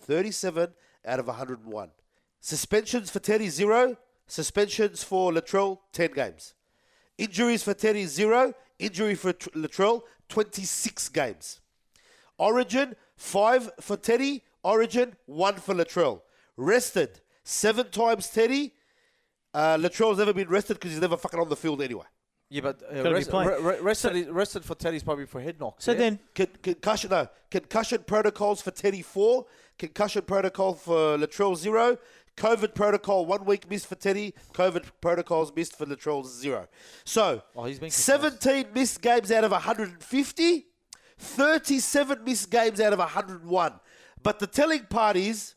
S4: 37 out of 101. Suspensions for Teddy, zero. Suspensions for Latrell, 10 games. Injuries for Teddy, zero. Injury for Tr- Latrell, 26 games. Origin, five for Teddy. Origin, one for Latrell. Rested, seven times Teddy. Uh, Latrell's never been rested because he's never fucking on the field anyway.
S3: Yeah, but uh,
S2: Gotta be
S3: rest,
S2: playing.
S3: re- re- rested, is- rested for Teddy's probably for head knocks.
S2: So
S3: yeah?
S2: then,
S4: Con- concussion, no. Concussion protocols for Teddy, four. Concussion protocol for Latrell, zero. COVID protocol, one week missed for Teddy. COVID protocols missed for Latrell, zero. So,
S3: Oh, he's been concussed.
S4: 17 missed games out of 150, 37 missed games out of 101. But the telling part is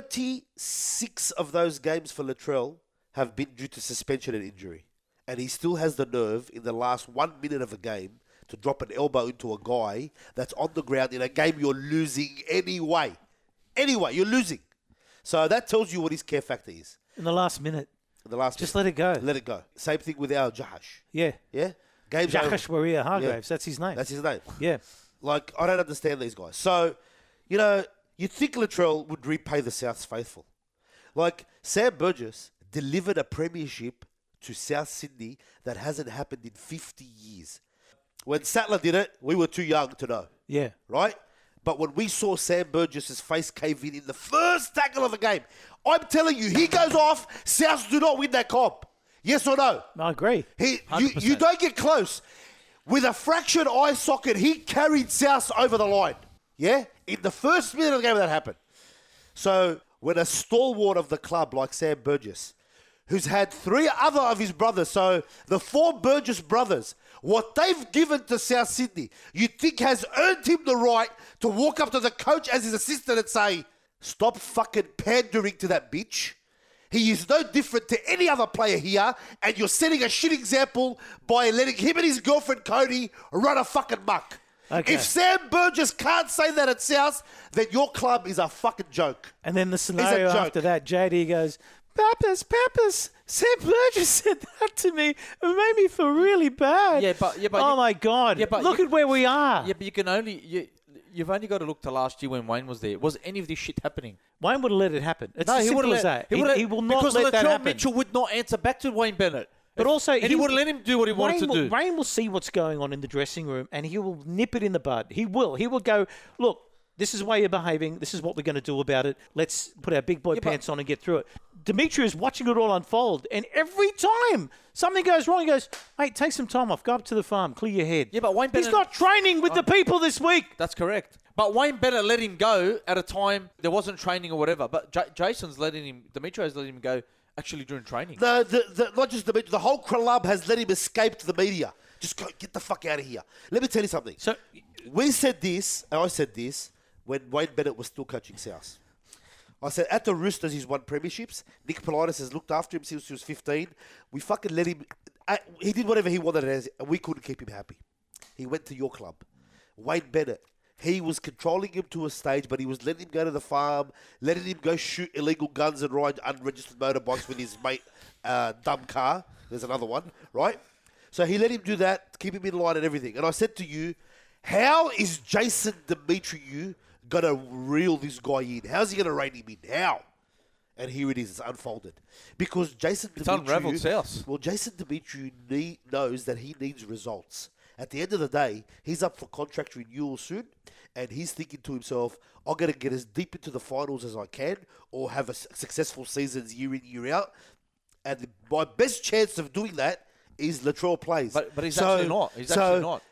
S4: 36 of those games for Latrell have been due to suspension and injury. And he still has the nerve in the last one minute of a game to drop an elbow into a guy that's on the ground in a game you're losing anyway. Anyway, you're losing. So that tells you what his care factor is.
S2: in the last minute,
S4: In the last
S2: just
S4: minute.
S2: let it go.
S4: let it go. Same thing with our Jahash.
S2: yeah.
S4: Yeah? Game's
S2: Jakash
S4: over.
S2: Waria Hargraves, that's his name.
S4: That's his name.
S2: yeah.
S4: Like, I don't understand these guys. So, you know, you'd think Latrell would repay the South's faithful. Like, Sam Burgess delivered a premiership to South Sydney that hasn't happened in 50 years. When Sattler did it, we were too young to know,
S2: Yeah.
S4: right? But when we saw Sam Burgess's face cave in in the first tackle of the game, I'm telling you, he goes off. Souths do not win that comp. Yes or no?
S2: I agree.
S4: He, you, you
S3: 100%.
S4: don't get close. With a fractured eye socket, he carried South over the line. Yeah? In the first minute of the game that happened. So when a stalwart of the club like Sam Burgess, who's had three other of his brothers, so the four Burgess brothers, what they've given to South Sydney, you think has earned him the right to walk up to the coach as his assistant and say, Stop fucking pandering to that bitch. He is no different to any other player here, and you're setting a shit example by letting him and his girlfriend Cody run a fucking muck.
S2: Okay.
S4: If Sam Burgess can't say that at South, then your club is a fucking joke.
S2: And then the scenario
S4: joke.
S2: after that, JD goes, Pappas, Pappas, Sam Burgess said that to me. It made me feel really bad.
S3: Yeah, but- yeah, but
S2: oh,
S3: you-
S2: my God.
S3: Yeah, but
S2: Look
S3: you-
S2: at where we are.
S3: Yeah, but you can only you, you've only got to look to last year when Wayne was there. Was any of this shit happening?
S2: Wayne would have let it happen. It's as
S3: he
S2: simple
S3: would've
S2: as
S3: let-
S2: that. He,
S3: would've-
S2: he will not
S3: because
S2: let that
S3: Latrell
S2: happen.
S3: Mitchell would not answer back to Wayne Bennett.
S2: But also,
S3: And he would let him do what he wanted to
S2: Rain will,
S3: do.
S2: Rain will see what's going on in the dressing room, and he will nip it in the bud. He will. He will go. Look, this is the way you're behaving. This is what we're going to do about it. Let's put our big boy
S3: but-
S2: pants on and get through it. Dimitri is watching it all unfold, and every time something goes wrong, he goes, "Mate, take some time off. Go up to the farm. Clear your head."
S3: Yeah, but Wayne
S2: he's
S3: Bennett-
S2: not training with the people this week.
S3: That's correct. But Wayne Bennett let him go at a time there wasn't training or whatever. But J- Jason's letting him, Demetrio's letting him go actually during training.
S4: The, the, the, not just the media, the whole club has let him escape to the media. Just go, get the fuck out of here. Let me tell you something.
S2: So-
S4: we said this, and I said this when Wayne Bennett was still coaching South. I said at the Roosters he's won premierships. Nick Politis has looked after him since he was 15. We fucking let him. I, he did whatever he wanted, as- and we couldn't keep him happy. He went to your club, Wayne Bennett. He was controlling him to a stage, but he was letting him go to the farm, letting him go shoot illegal guns and ride unregistered motorbikes with his mate, uh, dumb car. There's another one, right? So he let him do that, keep him in line and everything. And I said to you, how is Jason Demetriou gonna reel this guy in? How's he gonna rein him in? How? And here it is, it's unfolded. Because Jason it's
S3: unraveled, South.
S4: Well, Jason Demetriou nee- knows that he needs results. At the end of the day, he's up for contract renewal soon, and he's thinking to himself, I'm going to get as deep into the finals as I can or have a s- successful seasons year in, year out. And the- my best chance of doing that is Latrell plays.
S3: But, but he's
S4: So-
S3: actually not. He's
S4: so-
S3: actually not.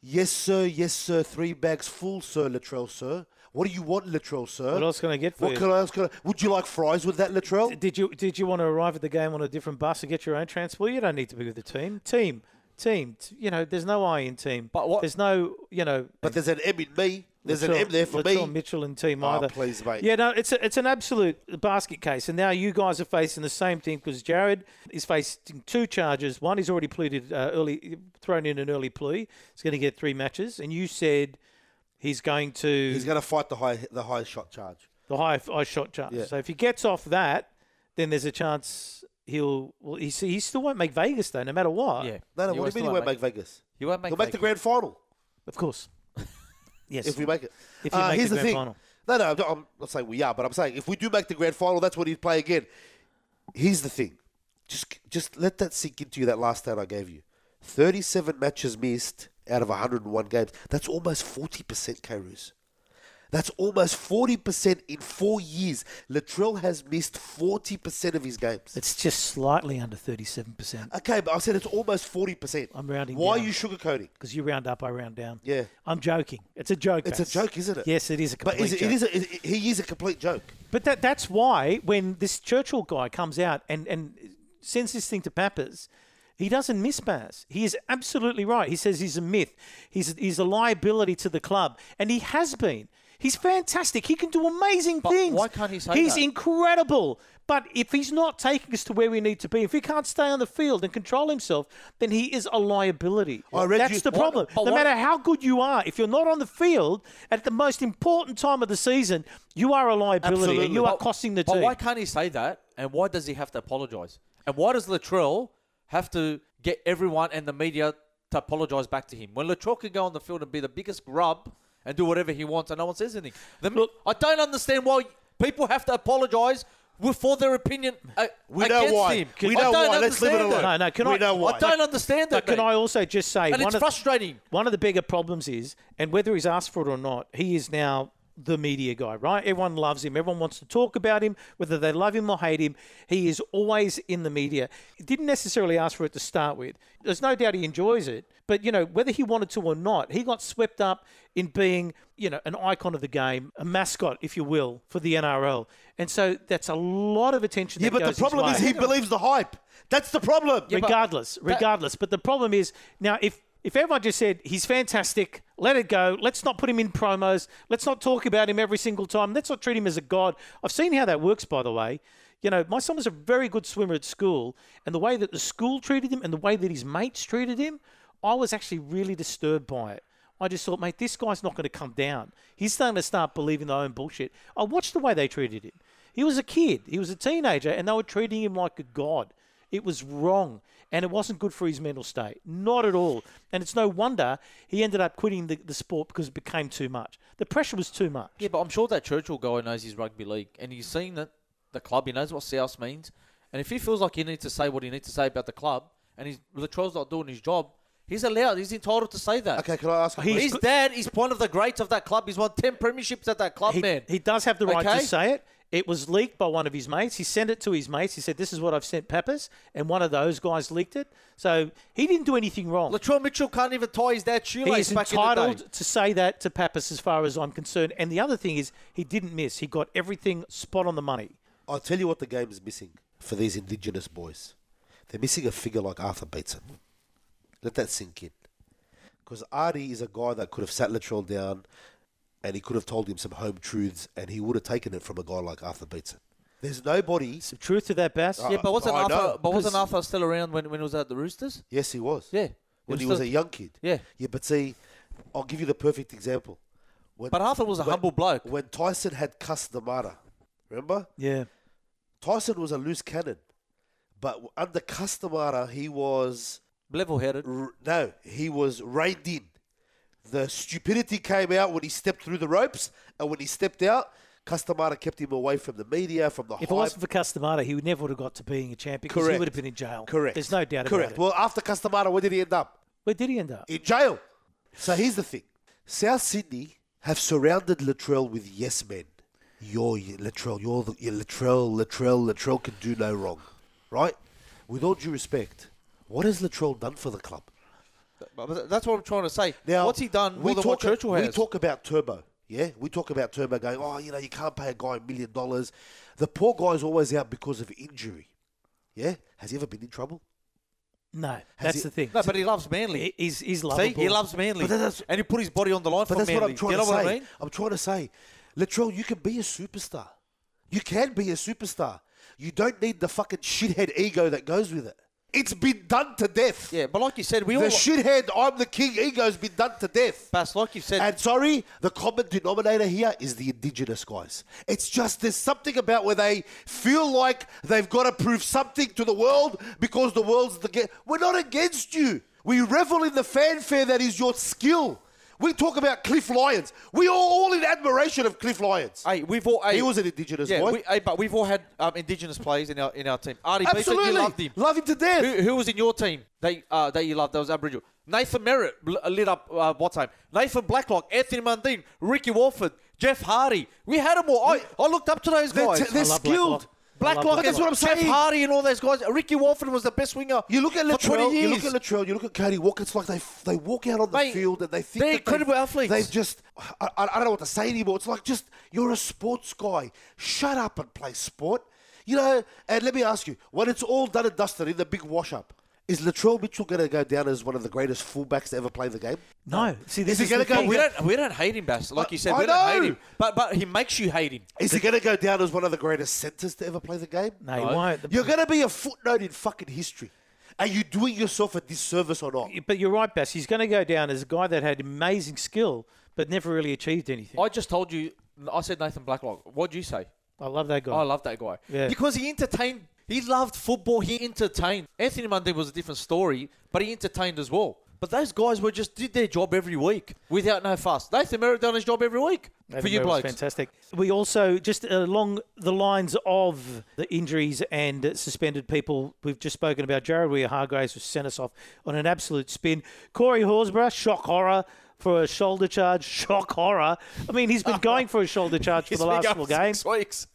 S4: Yes, sir. Yes, sir. Three bags full, sir. Latrell, sir. What do you want, Latrell, sir?
S2: What else can I get for
S4: What
S2: you?
S4: can I else can I, Would you like fries with that, Latrell?
S2: Did you did you want to arrive at the game on a different bus and get your own transport? You don't need to be with the team. Team, team. t- you know, there's no I in team.
S3: But what-
S2: There's no, you know.
S4: But there's an M in me. There's an
S2: Latrell-
S4: M there for
S2: Latrell
S4: me.
S2: Mitchell and team
S4: Oh,
S2: either.
S4: please, mate.
S2: Yeah, no, it's a, it's an absolute basket case, and now you guys are facing the same thing because Jared is facing two charges. One, he's already pleaded uh, early, thrown in an early plea. He's going to get three matches, and you said he's going to
S4: He's going to fight the high, the highest shot charge.
S2: the high, high shot chance.
S4: Yeah.
S2: So if he gets off that, then there's a chance he'll. Well, he he still won't make Vegas though, no matter what.
S3: Yeah.
S4: No, no.
S3: You
S4: what
S3: always
S4: do you mean he
S3: thought
S4: won't
S3: I'd
S4: make Vegas?
S3: You won't make.
S4: He'll make the
S3: Vegas.
S4: grand final
S2: of course. yes,
S4: if we make it.
S2: If you
S4: Uh,
S2: make
S4: here's
S2: the grand
S4: thing.
S2: final.
S4: No, no. I'm not- I'm not saying we are, but I'm saying if we do make the grand final, that's when he'd play again. Here's the thing. Just, just let that sink into you. That last stat I gave you. 37 matches missed out of 101 games. That's almost 40% Kairos. That's almost 40% in four years. Latrell has missed 40% of his games.
S2: It's just slightly under thirty-seven percent
S4: okay, but I said it's almost 40%.
S2: I'm rounding
S4: Why
S2: down.
S4: are you sugarcoating?
S2: because you round up, I round down.
S4: Yeah.
S2: I'm joking. It's a joke.
S4: It's a
S2: Bass.
S4: joke, isn't it?
S2: Yes, it is a complete
S4: But is it,
S2: joke.
S4: it is a, it, he is a complete joke.
S2: But that that's why when this Churchill guy comes out and, and sends this thing to Pappas, he doesn't miss Baz. He is absolutely right. He says he's a myth. He's he's a liability to the club, and he has been. He's fantastic. He can do amazing
S3: But
S2: things.
S3: why can't he say
S2: He's
S3: that?
S2: incredible. But if he's not taking us to where we need to be, if he can't stay on the field and control himself, then he is a liability.
S4: I read
S2: That's
S4: you-
S2: the
S4: what-
S2: problem.
S3: but
S2: no
S3: what-
S2: matter how good you are, if you're not on the field at the most important time of the season, you are a liability responsibility, and you are
S3: But-
S2: costing the
S3: but
S2: team.
S3: why can't he say that? And why does he have to apologise? And why does Latrell have to get everyone and the media to apologise back to him when Latrell can go on the field and be the biggest grub and do whatever he wants and no one says anything? The, Look, I don't understand why people have to apologise with- for their opinion uh,
S4: We know
S3: against
S4: why.
S3: him.
S4: We
S3: I
S4: know
S3: don't
S4: why. Let's leave it
S3: understand
S2: no,
S4: alone.
S2: no. Can
S4: We
S2: I?
S4: know why.
S3: I don't understand that.
S2: But can
S3: mate.
S2: I also just say, one
S3: and it's
S2: of,
S3: frustrating.
S2: one of the bigger problems is, and whether he's asked for it or not, he is now the media guy, right? Everyone loves him. Everyone wants to talk about him, whether they love him or hate him. He is always in the media. He didn't necessarily ask for it to start with. There's no doubt he enjoys it. But, you know, whether he wanted to or not, he got swept up in being, you know, an icon of the game, a mascot, if you will, for the NRL. And so that's a lot of attention
S4: Yeah,
S2: that
S4: but the
S2: goes his
S4: problem is
S2: way.
S4: he believes the hype. That's the problem.
S3: Yeah, but-
S2: regardless, regardless. But the problem is now if if everyone just said he's fantastic, let it go. Let's not put him in promos. Let's not talk about him every single time. Let's not treat him as a god. I've seen how that works, by the way. You know, my son was a very good swimmer at school, and the way that the school treated him and the way that his mates treated him, I was actually really disturbed by it. I just thought, mate, this guy's not going to come down. He's starting to start believing their own bullshit. I watched the way they treated him. He was a kid, he was a teenager, and they were treating him like a god. It was wrong, and it wasn't good for his mental state. Not at all. And it's no wonder he ended up quitting the, the sport because it became too much. The pressure was too much.
S3: Yeah, but I'm sure that Churchill guy knows his rugby league, and he's seen that the club. He knows what South means, and if he feels like he needs to say what he needs to say about the club, and his Latrell's not doing his job, he's allowed. He's entitled to say that.
S4: Okay, can I ask a
S2: He's-
S4: question?
S3: His dad is one of the greats of that club. He's won ten premierships at that club,
S2: He,
S3: man.
S2: he does have the right
S3: Okay?
S2: to say it. It was leaked by one of his mates. He sent it to his mates. He said, "This is what I've sent Pappas," and one of those guys leaked it. So he didn't do anything wrong.
S3: Latrell Mitchell can't even tie his dad's
S2: he
S3: shoelace
S2: is
S3: back in the day.
S2: entitled to say that to Pappas, as far as I'm concerned. And the other thing is, he didn't miss. He got everything spot on the money.
S4: I'll tell you what the game is missing for these indigenous boys. They're missing a figure like Arthur Bateson. Let that sink in. Because Artie is a guy that could have sat Latrell down and he could have told him some home truths and he would have taken it from a guy like Arthur Bateson. There's nobody.
S2: Some truth to that, Bass.
S3: Yeah, but wasn't
S4: Uh, I
S3: Arthur?
S4: know.
S3: But wasn't Arthur still around when, when he was at the Roosters?
S4: Yes, he was.
S3: Yeah,
S4: When he
S3: still-
S4: was a young kid.
S3: Yeah.
S4: Yeah, but see, I'll give you the perfect example. When,
S3: But Arthur was a
S4: when-
S3: humble bloke.
S4: When Tyson had cussed the martyr, remember?
S2: yeah.
S4: Tyson was a loose cannon. But under Customara, he was
S3: level-headed.
S4: r- no, he was reined in. The stupidity came out when he stepped through the ropes, and when he stepped out, Customara kept him away from the media, from the
S2: If it
S4: hype.
S2: wasn't for Customato, he would never would have got to being a champion because he
S4: Correct.
S2: would have been in jail.
S4: Correct.
S2: There's no doubt about
S4: Correct.
S2: it.
S4: Well, after Customara, where did he end up?
S2: Where did he end up?
S4: In jail. So here's the thing: South Sydney have surrounded Latrell with yes men. You're Latrell. You're, the, you're Latrell. Latrell. Latrell can do no wrong, right? With all due respect, what has Latrell done for the club?
S3: But- but That's what I'm trying to say.
S4: Now,
S3: What's he done
S4: we
S3: more than what
S4: talk-
S3: Churchill
S4: we
S3: has?
S4: talk about Turbo. Yeah, we talk about Turbo going, oh, you know, you can't pay a guy a million dollars. The poor guy's always out because of injury. Yeah? Has he ever been in trouble?
S2: No, that's
S4: he-
S2: the thing.
S3: no, but he loves Manly.
S2: He- he's he's
S3: See,
S2: lovable.
S3: he loves Manly,
S4: But that's-
S3: and he put his body on the line for
S4: But that's
S3: Manly.
S4: what I'm trying
S3: you know
S4: to
S3: what
S4: say.
S3: I mean?
S4: I'm trying to say, Latrell, you can be a superstar. You can be a superstar. You don't need the fucking shithead ego that goes with it. It's been done to death.
S3: Yeah, but like you said, we
S4: The
S3: all
S4: shithead, I'm the king ego's been done to death.
S3: Bass, like you said,
S4: And sorry, the common denominator here is the indigenous guys. It's just there's something about where they feel like they've got to prove something to the world because the world's the ge- we're not against you. We revel in the fanfare that is your skill. We talk about Cliff Lyons. We are all in admiration of Cliff Lyons.
S3: hey, we've all hey,
S4: he was an indigenous
S3: yeah,
S4: boy.
S3: we, hey, but we've all had um, indigenous players in our in our team. Artie Beaton,
S4: Absolutely,
S3: you loved him.
S4: love him to death.
S3: Who, who was in your team that uh, that you loved? That was Aboriginal. Nathan Merritt l- lit up uh, what time? Nathan Blacklock, Anthony Mundine, Ricky Walford, Jeff Hardy. We had them all. I, I looked up to those
S4: They're
S3: guys.
S4: t- they're
S2: I love
S4: skilled.
S2: Blacklock. I love
S3: Blacklock,
S4: But that's what I'm
S3: Jeff
S4: saying.
S3: Hardy, and all those guys. Ricky Walford was the best winger.
S4: You look at
S3: for 20
S4: Latrell, you look
S3: years.
S4: at Latrell, you look at Cody Walker. It's like they they walk out on the
S3: Mate,
S4: field and they think
S3: they're
S4: that
S3: incredible
S4: they've,
S3: athletes.
S4: They've just I, I I don't know what to say anymore. It's like just you're a sports guy. Shut up and play sport. You know. And let me ask you, when it's all done and dusted in the big wash up, is Latrell Mitchell going to go down as one of the greatest fullbacks to ever play the game?
S2: no, see, this
S4: he
S2: is the
S4: gonna go-
S2: thing.
S3: But we don't we don't hate him, Bass. Like you said,
S4: I
S3: we don't hate
S4: know.
S3: him. But but he makes you hate him.
S4: Is he going to go down as one of the greatest centers to ever play the game?
S2: No, he won't. The-
S4: You're going to be a footnote in fucking history. Are you doing yourself a disservice or not?
S2: but you're right, Bass. He's going to go down as a guy that had amazing skill but never really achieved anything. I,
S3: I just told you. I said Nathan Blacklock. What'd you say?
S2: love that guy.
S3: I love that guy.
S2: Yeah.
S3: Because he entertained. He loved football. He entertained. Anthony Mundine was a different story, but he entertained as well. But those guys were just did their job every week without no fuss. Nathan Merritt done his job every week for
S2: Nathan
S3: you
S2: Merritt was
S3: blokes.
S2: fantastic. We also just along the lines of the injuries and suspended people. We've just spoken about Jared Weir Hargraves, who sent us off on an absolute spin. Corey Horsburgh, shock horror for a shoulder charge. Shock horror. I mean, he's been going for a shoulder charge for
S3: He's
S2: the
S3: been
S2: last
S3: going
S2: four
S3: for
S2: games
S3: six weeks.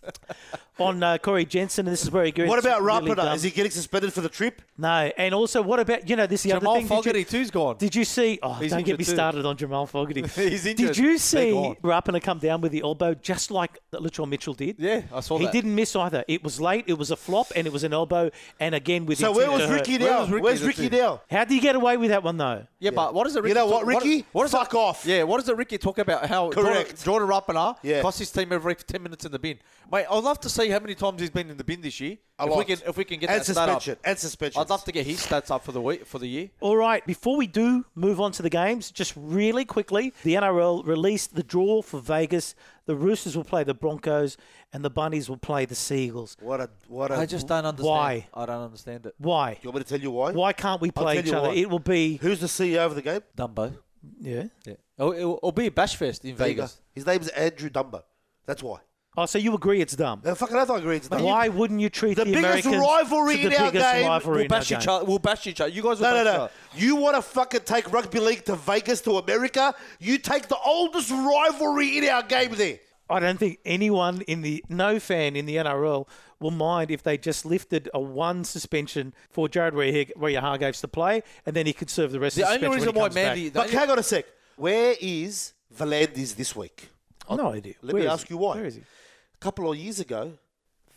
S2: on uh, Corey Jensen, and this is where he gets.
S4: What about
S2: really
S4: Rapida?
S2: dumb.
S4: is he getting suspended for the trip?
S2: No, and also what about you know this is the
S3: Jamal
S2: other thing? did you-
S3: Fogarty too's gone.
S2: Did you see? Oh,
S3: He's
S2: don't get me
S3: injured too.
S2: started on Jamal Fogarty.
S3: He's
S2: Did
S3: injured.
S2: you
S3: They're
S2: see
S3: gone.
S2: Rapina come down with the elbow just like Literal Mitchell did?
S3: Yeah, I saw
S2: he
S3: that.
S2: didn't miss either. It was late. It was a flop, and it was an elbow. And again with
S4: So
S2: intent
S4: where
S2: to
S4: was
S2: hurt.
S4: Ricky
S3: Where
S4: now?
S3: was Ricky
S4: Where's
S3: the
S4: Ricky
S3: two?
S4: now?
S2: How do you get away with that one though?
S3: Yeah, but what does it? Ricky
S4: You know what,
S3: talk-
S4: Ricky?
S3: What, what is
S4: Fuck
S3: it,
S4: off.
S3: Yeah, what does it, Ricky talk about? How
S4: Correct.
S3: Jordan, Jordan Rapana
S4: Yeah.
S3: cost his team every ten minutes in the bin. Mate, I'd love to see how many times he's been in the bin this year.
S4: A
S3: if
S4: lot.
S3: we can, if we can get
S4: and
S3: that
S4: suspension
S3: stat
S4: and suspension.
S3: up, I'd love to get his stats up for the week for the year.
S2: All right, before we do move on to the games, just really quickly, the NRL released the draw for Vegas. The Roosters will play the Broncos, and the Bunnies will play the Seagulls.
S4: What a what a.
S3: I just don't understand.
S2: Why?
S3: I don't understand it.
S2: Why?
S4: You want me to tell you why?
S2: Why can't we play
S4: tell
S2: each
S4: you
S2: other?
S4: why.
S2: It will be
S4: Who's the CEO of the game?
S3: Dumbo.
S2: yeah.
S3: Yeah. It'll, it'll- it'll be a bash fest in
S4: There you go.
S3: Vegas.
S4: His name's Andrew Dumbo. That's why.
S2: Oh, so you agree it's dumb?
S4: Uh, fucking oath I agree it's dumb.
S2: Why wouldn't you treat the,
S4: The biggest
S2: Americans
S4: rivalry
S2: to the
S4: in our
S2: biggest
S4: game
S2: rivalry
S3: We'll
S2: in our
S3: bash each
S2: game?
S3: other. We'll bash each other. You guys will
S4: No, no,
S3: bash each
S4: no.
S3: other.
S4: You want to fucking take rugby league to Vegas, to America? You take the oldest rivalry in our game there.
S2: I don't think anyone in the no fan in the NRL will mind if they just lifted a one suspension for Jared Reha gets to play, and then he could serve the rest
S3: The
S2: of the
S3: only
S2: suspension
S3: reason why
S2: when he comes
S3: Mandy, the
S4: But
S3: only,
S4: hang on a sec. Where is Valandis this week?
S2: back. No idea.
S4: Let
S2: Where
S4: me
S2: is
S4: ask
S2: he?
S4: you why.
S2: Where is he?
S4: A couple of years ago,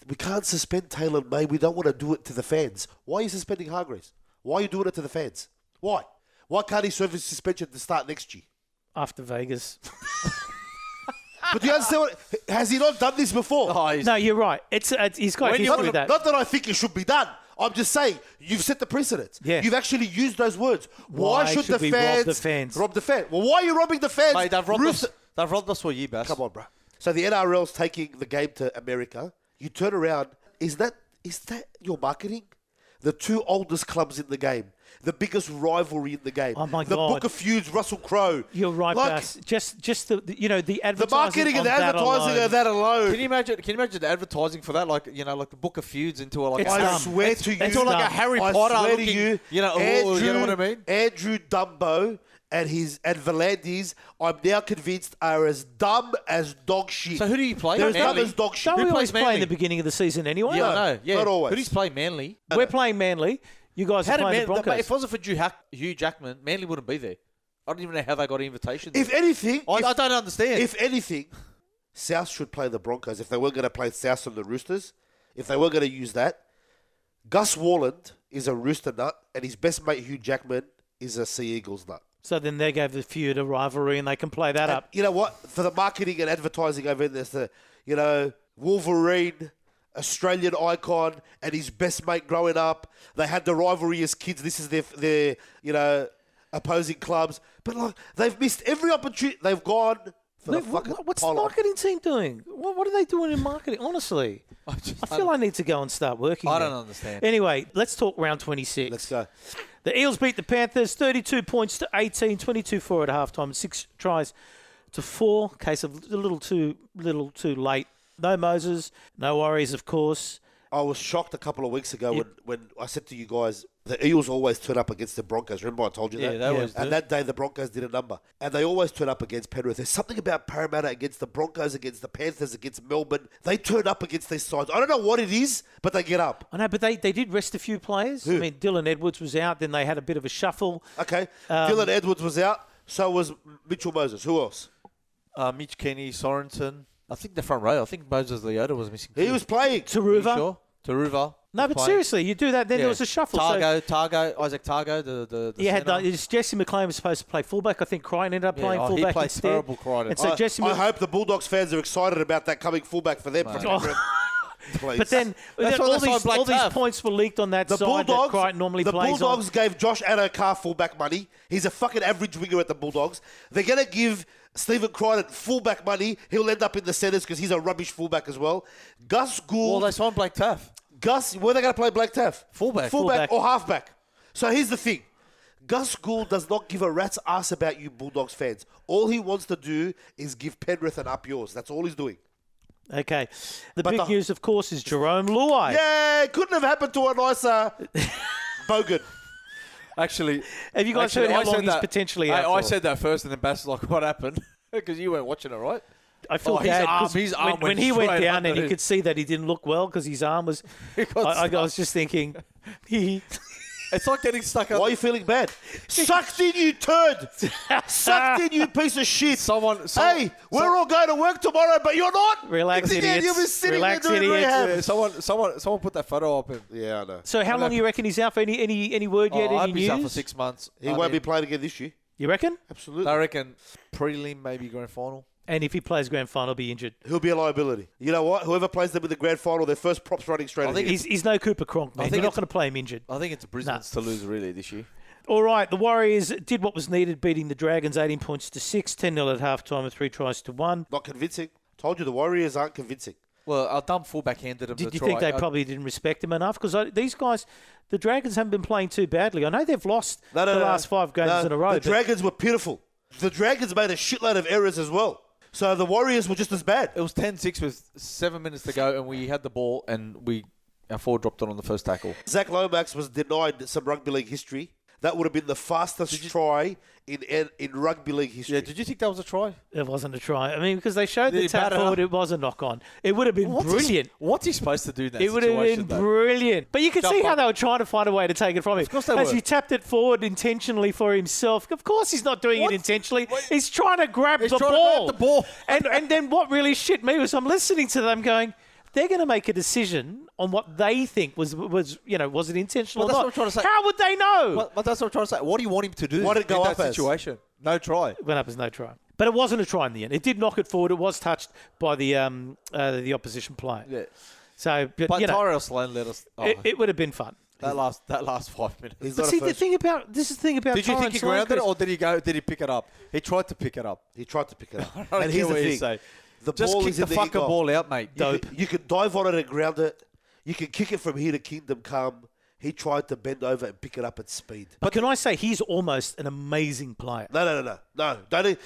S4: we can't suspend Taylor May. We don't want to do it to the fans. Why are you suspending Hargreaves? Why are you doing it to the fans? Why? Why can't he serve his suspension to start next year?
S2: After Vegas.
S4: But do you understand what? Has he not done this before?
S3: Oh, he's-
S2: No, you're right. It's, uh, it's he's got
S3: When you
S2: history
S3: wanna-
S2: with that.
S4: Not that I think it should be done. I'm just saying you've set the precedent.
S2: Yeah.
S4: You've actually used those words.
S2: Why
S4: Why, should,
S2: should
S4: the
S2: we rob
S4: fans
S2: the fans?
S4: rob the fans? Well, why are you robbing the fans?
S3: mate, they've robbed
S4: Ruth-
S3: us. They've robbed us for you, Bass.
S4: Come on, bro. So the NRL's taking the game to America. You turn around. Is that is that your marketing? The two oldest clubs in the game, the biggest rivalry in the game.
S2: Oh, my
S4: the
S2: God.
S4: book of feuds, Russell Crowe.
S2: You're right,
S4: Like,
S2: Bass. Just just the, the- you know the
S4: The
S2: advertising.
S4: marketing
S2: on
S4: and the
S2: that
S4: advertising
S2: alone.
S4: of that alone.
S3: Can you imagine? Can you imagine the advertising for that? Like you know, like the book of feuds into a, like
S2: It's
S3: a,
S4: I
S2: dumb.
S4: swear to you,
S3: into like a
S2: dumb.
S3: Harry
S4: I
S3: Potter
S4: swear
S3: looking,
S4: to you,
S3: you know, oh, you know what I mean?
S4: Andrew Dumbo and his and Valandis, I'm now convinced, are as dumb as dog shit.
S3: So who do you play?
S4: They're as dumb
S3: Manly?
S4: as dog shit.
S2: Don't we
S3: Who
S2: always play
S3: plays
S2: in
S3: Manly?
S2: the beginning of the season anyway?
S3: Yeah, I know. Yeah,
S4: not always.
S3: Who does play Manly?
S2: We're playing Manly. You guys
S3: How
S2: are
S3: did
S2: playing
S3: Man-
S2: the Broncos.
S3: mate, if it wasn't for Hugh, Hack- Hugh Jackman, Manly wouldn't be there. I don't even know how they got invitations.
S4: If anything,
S3: I,
S4: if,
S3: I don't understand.
S4: if anything, South should play the Broncos if they were going to play South and the Roosters. If they were going to use that, Gus Warland is a Rooster nut, and his best mate Hugh Jackman is a Sea Eagles nut.
S2: so then they gave the feud a rivalry, and they can play that
S4: And
S2: up.
S4: You know what? For the marketing and advertising over there, the you know Wolverine, Australian icon, and his best mate growing up. They had the rivalry as kids. This is their their you know opposing clubs. But like they've missed every opportunity. They've gone for
S2: Look,
S4: the
S2: what-
S4: fucking
S2: what's the
S4: pile on.
S2: marketing team doing? What, what are they doing in marketing? Honestly, I,
S3: just- I
S2: feel I, need to go and start working.
S3: I
S2: now.
S3: don't understand.
S2: Anyway, let's talk round 26.
S4: Let's go.
S2: The Eels beat the Panthers 32 points to 18, 22 4 at halftime, six tries to four. Case of a little too little too late. No Moses, no worries, of course.
S4: I was shocked a couple of weeks ago when, when I said to you guys, the Eels always turn up against the Broncos. Remember I told you
S3: Yeah,
S4: that?
S3: they always Yeah. do.
S4: And that day the Broncos did a number. And they always turn up against Penrith. There's something about Parramatta against the Broncos, against the Panthers, against Melbourne. They turn up against these sides. I don't know what it is, but they get up.
S2: I know, but they, they did rest a few players. I mean, Dylan Edwards was out. Then they had a bit of a shuffle.
S4: Okay. Dylan Edwards was out. So was Mitchell Moses. Who else?
S3: uh, Mitch Kenny, Sorensen. I think the front row. I think Moses Leota was missing.
S4: He
S3: too.
S4: was playing.
S3: You
S2: Taruva.
S3: Sure. Taruva.
S2: No, but seriously, you do that. Then there was a shuffle. so-
S3: Targo, Targo, Isaac Targo, the the. the
S2: Yeah, had
S3: centre.
S2: done, it's Jesse McLean was supposed to play fullback. I think Crichton ended up
S3: Yeah,
S2: playing
S3: oh, he
S2: fullback
S3: played
S2: instead.
S3: terrible, Crichton.
S2: And so
S4: I,
S2: Jesse,
S4: I
S2: Mc-
S4: hope the Bulldogs fans are excited about that coming fullback for them. Please.
S2: but then,
S3: That's
S2: then
S3: why
S2: all,
S3: they signed
S2: these,
S3: Black
S2: all these
S3: Taff.
S2: points were leaked on that
S4: The
S2: side that
S4: Bulldogs,
S2: Crichton normally
S4: the
S2: plays
S4: Bulldogs
S2: on.
S4: gave Josh Adokar fullback money. He's a fucking average winger at the Bulldogs. They're going to give Stephen Crichton fullback money. He'll end up in the centres because he's a rubbish fullback as well. Gus
S3: Well,
S4: Gould,
S3: they signed Blake Taff.
S4: Gus, where are they going to play Black Taff?
S3: Fullback.
S4: fullback,
S2: Fullback.
S4: or halfback. So here's the thing. Gus Gould does not give a rat's ass about you Bulldogs fans. All he wants to do is give Penrith an up yours. That's all he's doing.
S2: Okay, the
S4: But
S2: big
S4: the-
S2: news, of course, is Jerome Luai.
S4: Yay! Couldn't have happened to a nicer Bogan.
S3: Actually,
S2: Have you guys
S3: actually,
S2: heard how
S3: I said
S2: long he's
S3: that-
S2: potentially
S3: I,
S2: out?
S3: I
S2: for?
S3: said that first, and then Bass is like, "What happened?" Because you weren't watching it, right?
S2: I feel
S3: Oh, his
S2: bad
S3: arm-
S2: 'cause
S3: his
S2: when,
S3: arm
S2: when
S3: went
S2: he went
S3: straight
S2: down and
S3: under
S2: he
S3: it.
S2: could see that he didn't look well because his arm was. I,
S3: He got
S2: I- I
S3: stuck.
S2: was just thinking, he.
S3: It's like getting stuck.
S4: Why
S3: up-
S4: are you feeling bad? Sucked in, you turd. Sucked in, you piece of shit.
S3: Someone, someone
S4: hey, we're all going to work tomorrow, but you're not.
S2: Relax,
S4: Again,
S2: idiots.
S4: You'll be sitting
S2: Relax,
S4: there doing
S2: idiots.
S4: rehab.
S3: Yeah, someone, someone, someone put that photo up. And,
S4: Yeah, I know.
S2: So how long do you reckon he's out for? Any any any word yet?
S3: oh, I'd
S2: any
S3: be out for
S2: news?
S3: six months.
S4: He
S3: I
S4: won't be
S3: mean,
S4: playing again this year.
S2: You reckon?
S4: Absolutely.
S3: I reckon prelim, maybe grand final.
S2: And if he plays grand final, he'll be injured.
S4: He'll be a liability. You know what? Whoever plays them in the grand final, their first props running straight.
S3: I
S4: at
S3: think
S4: him.
S2: He's, he's no Cooper Cronk, man.
S3: think
S2: You're not
S3: it's-
S2: going to play him injured.
S3: I think it's Brisbane's to lose really this year.
S2: All right, the Warriors did what was needed, beating the Dragons 18 points to 6, 10 0 at halftime with three tries to one.
S4: not convincing. Told you the Warriors aren't convincing.
S3: Well, our dumb fullback handed him
S2: Did
S3: the
S2: you
S3: try.
S2: think they
S3: I-
S2: probably didn't respect him enough? Because these guys, the Dragons haven't been playing too badly. I know they've lost the last five games
S4: No,
S2: in a row.
S4: The
S2: but
S4: Dragons were pitiful. The Dragons made a shitload of errors as well. So the Warriors were just as bad.
S3: It was 10-6 with seven minutes to go, and we had the ball, and we our forward dropped it on the first tackle.
S4: Zach Lomax was denied some rugby league history. That would have been the fastest try in in in rugby league history.
S3: Yeah, did you think that was a try?
S2: It wasn't a try. I mean, because they showed
S3: Did
S2: the
S3: he bat
S2: tap
S3: it
S2: forward,
S3: up?
S2: it was a knock on. It would have been brilliant.
S3: what's he supposed to do in that
S2: It would have been
S3: situation, though?
S2: brilliant. But you could
S3: Jump
S2: see how
S3: on.
S2: they were trying to find a way to take it from him. Of
S3: course they
S2: As
S3: were.
S2: he tapped it forward intentionally for himself. Of course he's not doing
S3: What?
S2: it intentionally.
S3: What?
S2: He's trying to grab
S3: He's
S2: the
S3: trying to grab
S2: ball.
S3: the ball.
S2: and and then what really shit me was I'm listening to them going they're going to make a decision on what they think was was you know was it intentional
S3: Well, that's
S2: or not.
S3: what I'm trying to say.
S2: How would they know?
S3: But, but that's what I'm trying to say. What do you want him to do
S4: What did it go
S3: in
S4: up
S3: that
S4: as?
S3: situation? No try.
S2: went up as no try. But it wasn't a try in the end. It did knock it forward. It was touched by the um, uh, the opposition player.
S3: Yeah.
S2: So, but,
S3: But
S2: you know,
S3: Tyrell Sloan let us. Oh,
S2: it, it would have been fun.
S3: that last that last five minutes.
S4: He's
S2: But
S4: not
S2: see,
S4: a
S2: the
S4: first.
S2: thing about this is the thing about
S3: Did you
S2: Tyron
S3: think he
S2: Sloan,
S3: grounded it
S2: Chris.
S3: or did he go? Did he pick it up? He tried to pick it up.
S4: He tried to pick it up. and
S3: don't care
S4: here's the
S3: what you
S4: thing:
S3: say.
S4: the
S3: Just
S4: ball
S3: kick
S4: is
S3: the
S4: in the
S3: fucking
S4: eagle.
S3: ball out, mate.
S4: You could- You can dive on it and ground it. You can kick it from here to kingdom come. He tried to bend over and pick it up at speed.
S2: But can I say he's almost an amazing player?
S4: No, no, no, no, no. Don't e-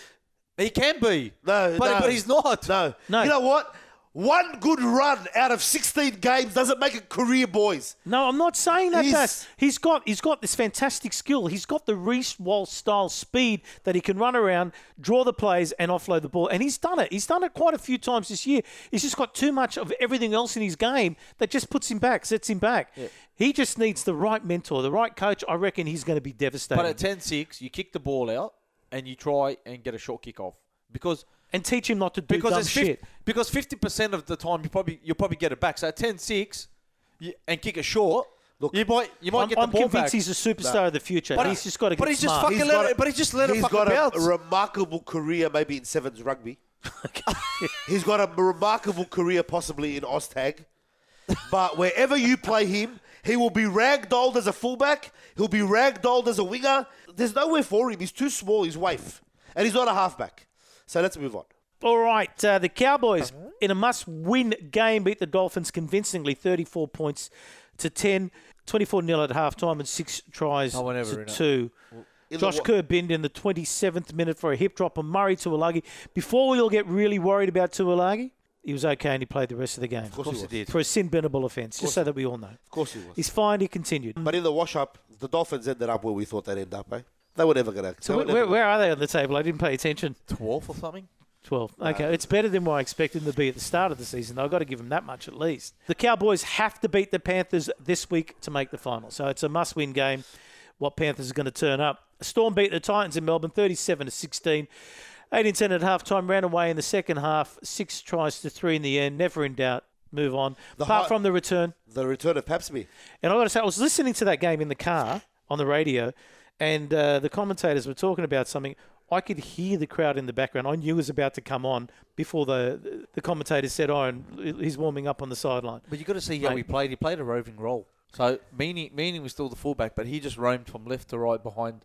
S3: He can be.
S4: no,
S3: but,
S4: no.
S3: but he's not.
S4: No,
S2: No.
S4: You know what? One good run out of 16 games doesn't make it career, boys.
S2: No, I'm not saying that.
S4: He's-
S2: Daz. he's got he's got this fantastic skill. He's got the Reese Walsh style speed that he can run around, draw the plays, and offload the ball. And he's done it. He's done it quite a few times this year. He's just got too much of everything else in his game that just puts him back, sets him back. He just needs the right mentor, the right coach. I reckon he's going to be devastated.
S3: But at 10-6, you kick the ball out and you try and get a short kick off because
S2: and teach him not to do
S3: because
S2: dumb
S3: it's
S2: shit.
S3: 50, because fifty percent of the time you probably you probably get it back. So at 10-6 you, and kick it short,
S4: Look,
S3: you might you might
S2: I'm,
S3: get the
S2: I'm
S3: ball
S2: convinced
S3: back.
S2: he's a superstar of the future.
S3: But
S2: But he's
S3: he-
S2: just got to get
S3: but he's just
S2: smart.
S3: fucking
S4: He's
S3: let
S4: got
S3: it- but he just let it
S4: he's
S3: fucking
S4: got
S3: bounce.
S4: a remarkable career, maybe in sevens rugby. he's got a remarkable career, possibly in Oztag. But wherever you play him, he will be ragdolled as a fullback. He'll be ragdolled as a winger. There's nowhere for him. He's too small. He's waif, and he's not a halfback. So let's move on.
S2: All right, uh, the Cowboys in a must-win game beat the Dolphins convincingly, 34 points to 10, 24 0 at halftime, and six tries
S3: I went over
S2: to
S3: in it.
S2: two.
S4: the
S2: Josh
S4: wa-
S2: Kerbind in the 27th minute for a hip drop on Murray Tuolagi. Before we all get really worried about Tuolagi, he was okay and he played the rest of the game
S4: Of course, he, was.
S3: did.
S2: for a sin bendable offence, just so that we all know.
S4: Of course he was.
S2: He's fined. He continued.
S4: But in the wash-up, the Dolphins ended up where we thought they'd end up. Eh? They were never going to.
S2: So where, where, where are they on the table? I didn't pay attention.
S3: Twelve or something.
S2: 12. Okay, it's better than what I expected them to be at the start of the season. I've got to give them that much at least. The Cowboys have to beat the Panthers this week to make the final. So it's a must win game. What Panthers are going to turn up. Storm beat the Titans in Melbourne 37 to 16. 18 10 at half time, ran away in the second half. Six tries to three in the end. Never in doubt. Move on. Apart
S4: hi-
S2: from the return.
S4: the return of Papsby.
S2: And I got to say, I was listening to that game in the car on the radio, and uh, the commentators were talking about something. I could hear the crowd in the background. I knew it was about to come on before the the commentator said, "Oh, and he's warming up on the sideline."
S3: But you got to see how
S2: Mate.
S3: he played. He played a roving role. So meaning meaning was still the fullback, but he just roamed from left to right behind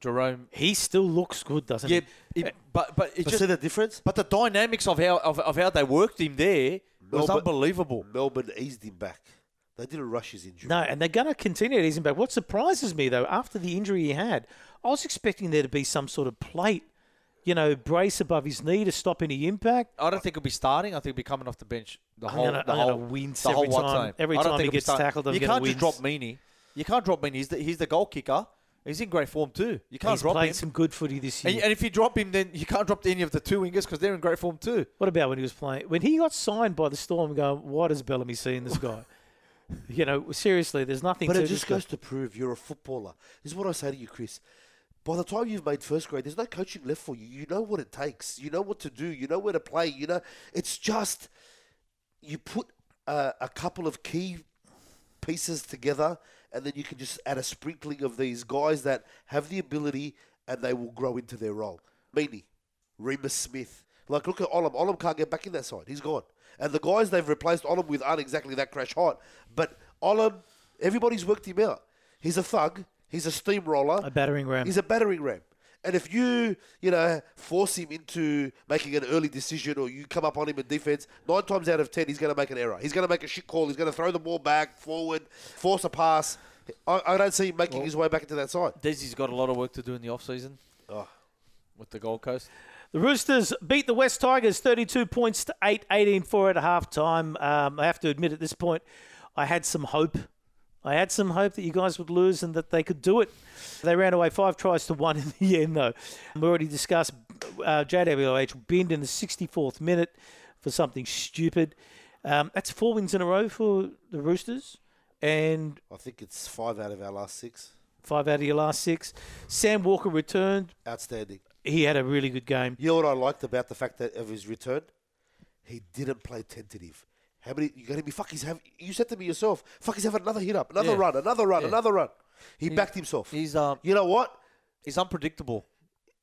S3: Jerome.
S2: He still looks good, doesn't
S3: Yeah,
S2: he?
S3: it- but but it
S4: But
S3: just
S4: see the difference?
S3: but the dynamics of how of, of how they worked him there was
S4: Melbourne-
S3: unbelievable.
S4: Melbourne eased him back. They didn't rush his injury.
S2: No, and they're going to continue it. Isn't back. What surprises me though, after the injury he had, I was expecting there to be some sort of plate, you know, brace above his knee to stop any impact.
S3: I don't think he'll be starting. I think he'll be coming off the bench the
S2: I'm
S3: whole
S2: gonna-
S3: the
S2: I'm gonna
S3: whole
S2: wince
S3: the whole
S2: every
S3: one
S2: time- every
S3: I don't
S2: time
S3: think
S2: he
S3: he'll be
S2: gets
S3: starting.
S2: tackled, I'm
S3: you
S2: gonna
S3: can't just drop
S2: wince.
S3: Meany. You can't drop Meany. He's the, he's the goal kicker. He's in great form too. You can't
S2: He's
S3: drop
S2: played
S3: him.
S2: some good footy this year.
S3: And, and if you drop him, then you can't drop any of the two wingers because they're in great form too.
S2: What about when he was playing? When he got signed by the Storm, going, why does Bellamy see in this guy? you know, seriously, there's nothing
S4: But
S2: to
S4: it
S2: this
S4: just
S2: guy.
S4: goes to prove you're a footballer. This is what I say to you, Chris. By the time you've made first grade, there's no coaching left for you. You know what it takes. You know what to do. You know where to play. You know, it's just you put uh, a couple of key pieces together, and then you can just add a sprinkling of these guys that have the ability and they will grow into their role. Meany, Remus Smith. Like, look at Olam. Olam can't get back in that side. He's gone. And the guys they've replaced Olam with aren't exactly that crash hot. But Olam, everybody's worked him out. He's a thug. He's a steamroller.
S2: A battering ram.
S4: He's a battering ram. And if you, you know, force him into making an early decision or you come up on him in defense, nine times out of ten, he's going to make an error. He's going to make a shit call. He's going to throw the ball back, forward, force a pass. I, I don't see him making his way back into that side.
S3: Desi's got a lot of work to do in the off season
S4: Oh.
S3: with the Gold Coast.
S2: The Roosters beat the West Tigers 32 points to 8, 18 4 at half time. Um, I have to admit at this point, I had some hope. I had some hope that you guys would lose and that they could do it. They ran away five tries to one in the end, though. We already discussed uh, JWH binned in the 64th minute for something stupid. Um, that's four wins in a row for the Roosters. And
S4: I think it's five out of our last six.
S2: five out of your last six. Sam Walker returned.
S4: Outstanding.
S2: He had a really good game.
S4: You know what I liked about the fact that of his return, he didn't play tentative. How many? You got to be fuck. He's have. You said to me yourself, fuck. He's having another hit up, another
S3: Yeah.
S4: run, another run,
S3: Yeah.
S4: another run. He backed himself.
S3: He's um,
S4: you know what?
S3: he's unpredictable.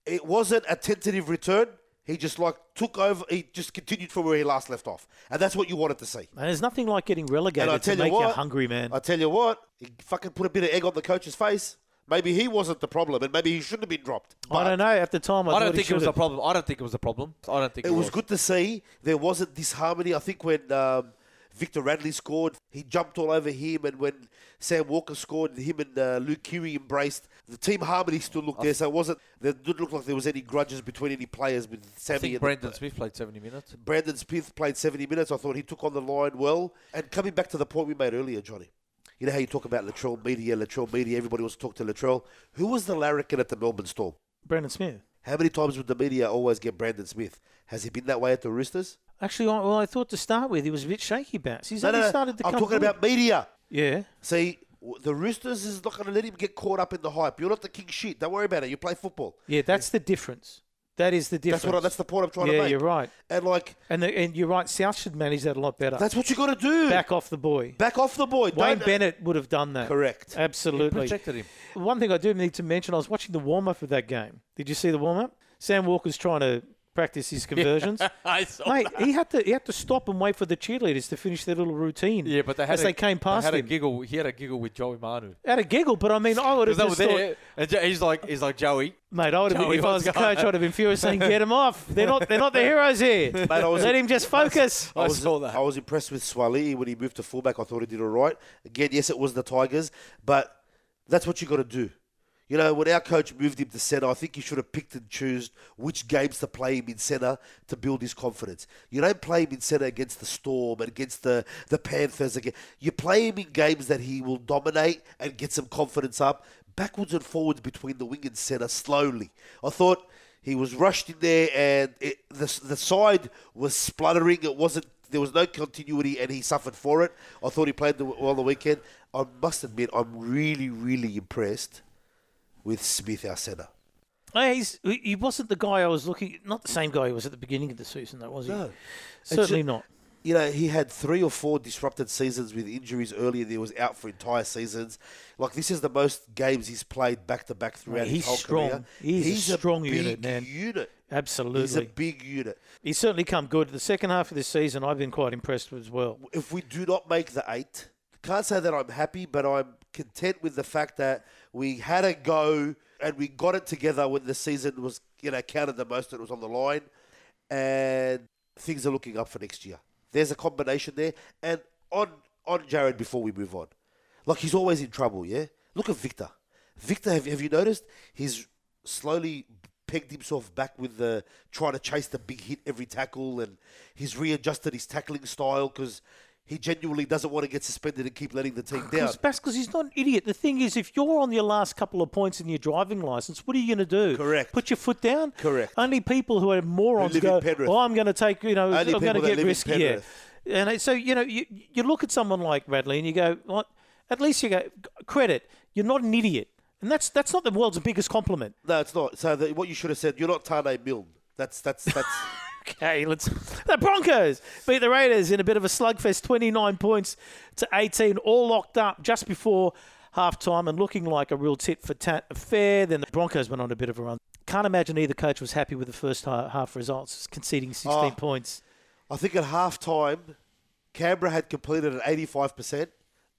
S4: It wasn't a tentative return. He just like took over. He just continued from where he last left off, and that's what you wanted to see.
S2: And there's nothing like getting
S4: And I
S2: relegated
S4: tell
S2: to
S4: you
S2: make you
S4: what,
S2: hungry, man.
S4: I tell you what, he fucking put a bit of egg on the coach's face. Maybe he wasn't the problem, and maybe he shouldn't have been dropped.
S2: I don't know. At the time, I,
S3: I
S2: thought
S3: don't
S2: he
S3: think it was a
S2: should've.
S3: problem. I don't think it was a problem. I don't think
S4: It was good to see there wasn't this harmony. I think when um, Victor Radley scored, he jumped all over him, and when Sam Walker scored, him and uh, Luke Keary embraced. The team harmony still looked there, so it wasn't. There didn't look like there was any grudges between any players with
S3: I
S4: Sammy
S3: think
S4: and
S3: Brandon Smith played 70 minutes.
S4: Brandon Smith played 70 minutes. I thought he took on the line well. And coming back to the point we made earlier, Johnny, you know how you talk about Latrell Media, Latrell Media, everybody wants to talk to Latrell. Who was the larrikin at the Melbourne Storm?
S2: Brandon Smith.
S4: How many times would the media always get Brandon Smith? Has he been that way at the Roosters?
S2: Actually, I, well, I thought to start with, he was a bit shaky bounce. He's only started to
S4: I'm
S2: come
S4: talking
S2: good.
S4: about media.
S2: Yeah.
S4: See, w- the Roosters is not going to let him get caught up in the hype. You're not the king shit. Don't worry about it. You play football.
S2: Yeah, that's the difference. That is the difference.
S4: That's what. I, that's the point I'm trying
S2: yeah,
S4: to make.
S2: you're right.
S4: And like,
S2: And, the, and you're right. South should manage that a lot better.
S4: that's what you got to do. Back,
S2: Back off the boy.
S4: off the boy.
S2: Wayne
S4: Don't-
S2: Bennett would have done that.
S4: Correct.
S2: Absolutely.
S3: Projected him.
S2: One thing I do need to mention, I was watching the warm up of that game. Did you see the warm up? Sam Walker's trying to practice his conversions.
S3: I saw
S2: Mate, he had to he had to stop and wait for the cheerleaders to finish their little routine.
S3: Yeah, but they had
S2: as
S3: a,
S2: they came past
S3: they had
S2: him.
S3: a giggle. He had a giggle with Joey Manu.
S2: Had a giggle, but I mean, I would have
S3: They were
S2: just thought,
S3: there, and Jo- he's like, he's like Joey.
S2: Mate, I would have
S3: Joey,
S2: been, if I was
S3: what's
S2: the
S3: going
S2: coach, I'd have been furious saying, "Get him off! They're not, they're not the heroes here.
S4: I was-
S2: Let him just focus."
S3: I,
S4: was,
S3: saw that.
S4: I was impressed with Swali when he moved to fullback. I thought he did all right. Again, yes, it was the Tigers, but that's what you got to do. You know, when our coach moved him to centre, I think he should have picked and choose which games to play him in centre to build his confidence. You don't play him in centre against the Storm and against the, the Panthers. Again. You play him in games that he will dominate and get some confidence up, backwards and forwards between the wing and centre slowly. I thought he was rushed in there and it, the, the side was spluttering. It wasn't there was no continuity and he suffered for it. I thought he played the, well the weekend. I must admit, I'm really, really impressed with Smith, our centre.
S2: Hey, he's, he wasn't the guy I was looking. Not the same guy he was at the beginning of the season, though, was he?
S4: No.
S2: certainly
S4: ju-
S2: not.
S4: You know, he had three or four disrupted seasons with injuries earlier. He was out for entire seasons. Like, this is the most games he's played back to back throughout
S2: He's
S4: his whole
S2: strong.
S4: career.
S2: He's a strong
S4: big
S2: unit, man.
S4: unit. He's a
S2: Absolutely,
S4: big unit.
S2: he's certainly come good. The second half of this season, I've been quite impressed with as well.
S4: if we do not make the eight, can't say that I'm happy, but I'm content with the fact that we had a go and we got it together when the season was, you know, counted the most and it was on the line. And things are looking up for next year. There's a combination there. And on on Jared before we move on. Like he's always in trouble, yeah? Look at Victor. Victor, have, have you noticed? He's slowly pegged himself back with the trying to chase the big hit every tackle, and he's readjusted his tackling style because he genuinely doesn't want to get suspended and keep letting the team down.
S2: Because because he's not an idiot. The thing is, if you're on your last couple of points in your driving license, what are you going to do?
S4: Correct.
S2: Put your foot down.
S4: Correct.
S2: Only people who are morons
S4: Who live
S2: go.
S4: in Penrith.
S2: Well, I'm going to take. You know,
S4: Only
S2: I'm going
S4: people
S2: to
S4: that
S2: get
S4: live in
S2: risky. Yeah.
S4: Penrith.
S2: And it- so you know, you you look at someone like Radley and you go, what? At least you go credit. You're not an idiot, and that's that's not the world's biggest compliment.
S4: No, it's not. So the, what you should have said, you're not Tane Milne. That's that's that's.
S2: Okay, let's. The Broncos beat the Raiders in a bit of a slugfest, 29 points to 18, all locked up just before half time and looking like a real tit for tat affair. Then the Broncos went on a bit of a run. Can't imagine either coach was happy with the first ha- half results, conceding 16
S4: Oh.
S2: points.
S4: I think at half time, Canberra had completed at 85 percent,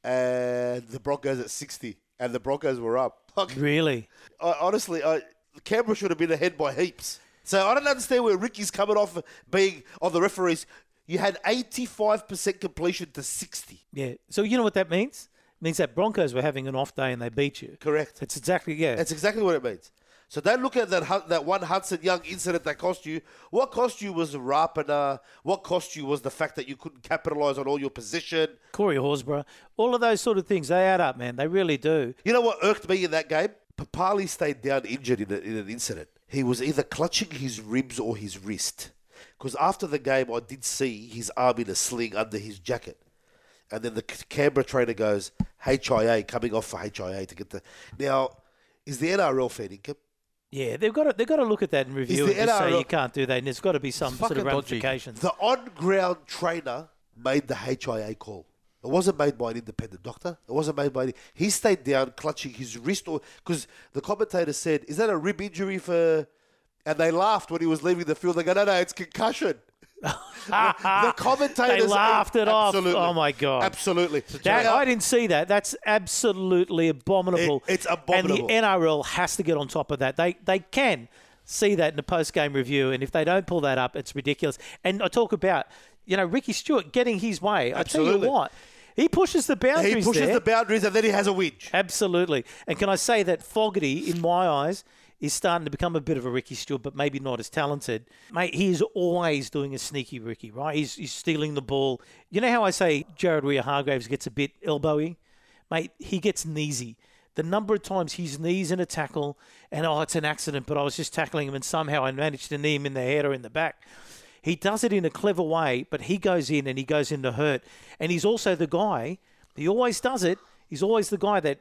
S4: and the Broncos at 60, and the Broncos were up. Like,
S2: Really?
S4: I, honestly, I, Canberra should have been ahead by heaps. So I don't understand where Ricky's coming off being on the referees. You had 85% completion to 60.
S2: Yeah. So you know what that means? It means that Broncos were having an off day and they beat you.
S4: Correct.
S2: That's exactly, yeah.
S4: That's exactly what it means. So don't look at that Hu- that one Hudson Young incident that cost you. What cost you was Rapana. What cost you was the fact that you couldn't capitalize on all your position.
S2: Corey Horsburgh, all of those sort of things, they add up, man. They really do.
S4: You know what irked me in that game? Papali stayed down injured in, a, in an incident. He was either clutching his ribs or his wrist. Because after the game, I did see his arm in a sling under his jacket. And then the C- Canberra trainer goes, HIA, coming off for HIA to get the. Now, is the NRL fair income?
S2: Yeah, they've got to they've got to look at that and review
S4: the
S2: it and just say
S4: NRL
S2: you can't do that. And there's got to be some sort
S3: fucking
S2: of
S3: dodgy.
S2: ramifications.
S4: The on ground trainer made the HIA call. It wasn't made by an independent doctor. It wasn't made by. He stayed down clutching his wrist, or because the commentator said, "Is that a rib injury for?" And they laughed when he was leaving the field. They go, "No, no, it's concussion." the commentators
S2: They laughed it off.
S4: absolutely,
S2: Oh, my God.
S4: Absolutely.
S2: That,
S4: Now,
S2: I didn't see that. That's absolutely abominable.
S4: It- it's abominable.
S2: And the NRL has to get on top of that. They they can see that in the post game review, and if they don't pull that up, it's ridiculous. And I talk about you know Ricky Stewart getting his way. I tell
S4: Absolutely.
S2: you what, he pushes the boundaries.
S4: he pushes
S2: there.
S4: the boundaries, and then he has a whinge.
S2: Absolutely. And can I say that Fogarty, in my eyes, is starting to become a bit of a Ricky Stewart, but maybe not as talented. Mate, he is always doing a sneaky Ricky, right? He's, he's stealing the ball. You know how I say Jared Weir Hargraves gets a bit elbowy? Mate, he gets kneesy. The number of times he's knees in a tackle, and oh, it's an accident, but I was just tackling him, and somehow I managed to knee him in the head or in the back. He does it in a clever way, but he goes in and he goes into hurt. And he's also the guy, he always does it. He's always the guy that,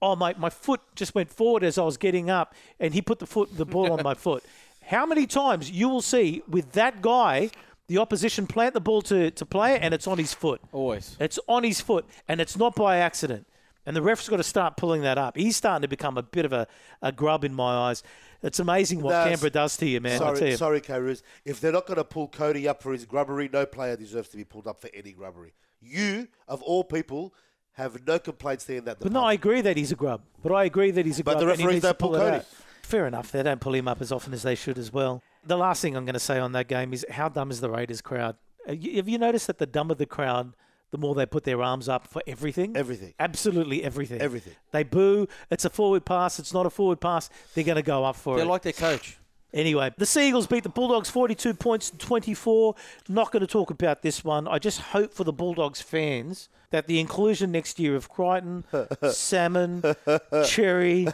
S2: oh, my, my foot just went forward as I was getting up, and he put the foot, the ball on my foot. How many times you will see with that guy, the opposition plant the ball to, to player and it's on his foot.
S3: Always.
S2: It's on his foot, and it's not by accident. And the ref's got to start pulling that up. He's starting to become a bit of a, a grub in my eyes. It's amazing what
S4: No, s-
S2: Canberra does to you, man. I tell
S4: Sorry,
S2: you.
S4: sorry, Kairos. If they're not going to pull Cody up for his grubbery, no player deserves to be pulled up for any grubbery. You, of all people, have no complaints there in that
S2: But no, I
S4: department.
S2: agree that he's a grub. But I agree that he's a
S4: But
S2: grub.
S4: the
S2: and he
S4: referees
S2: needs to
S4: don't pull
S2: it
S4: Cody.
S2: out. Fair enough. They don't pull him up as often as they should as well. The last thing I'm going to say on that game is how dumb is the Raiders crowd? Uh, y- Have you noticed that the dumber the crowd, the more they put their arms up for everything?
S4: Everything.
S2: Absolutely everything.
S4: Everything.
S2: They boo. It's a forward pass. It's not a forward pass. They're going to go up for
S3: They're
S2: it.
S3: like their coach.
S2: Anyway, the Seagulls beat the Bulldogs 42 points to 24. Not going to talk about this one. I just hope for the Bulldogs fans that the inclusion next year of Crichton, Salmon, Cherry,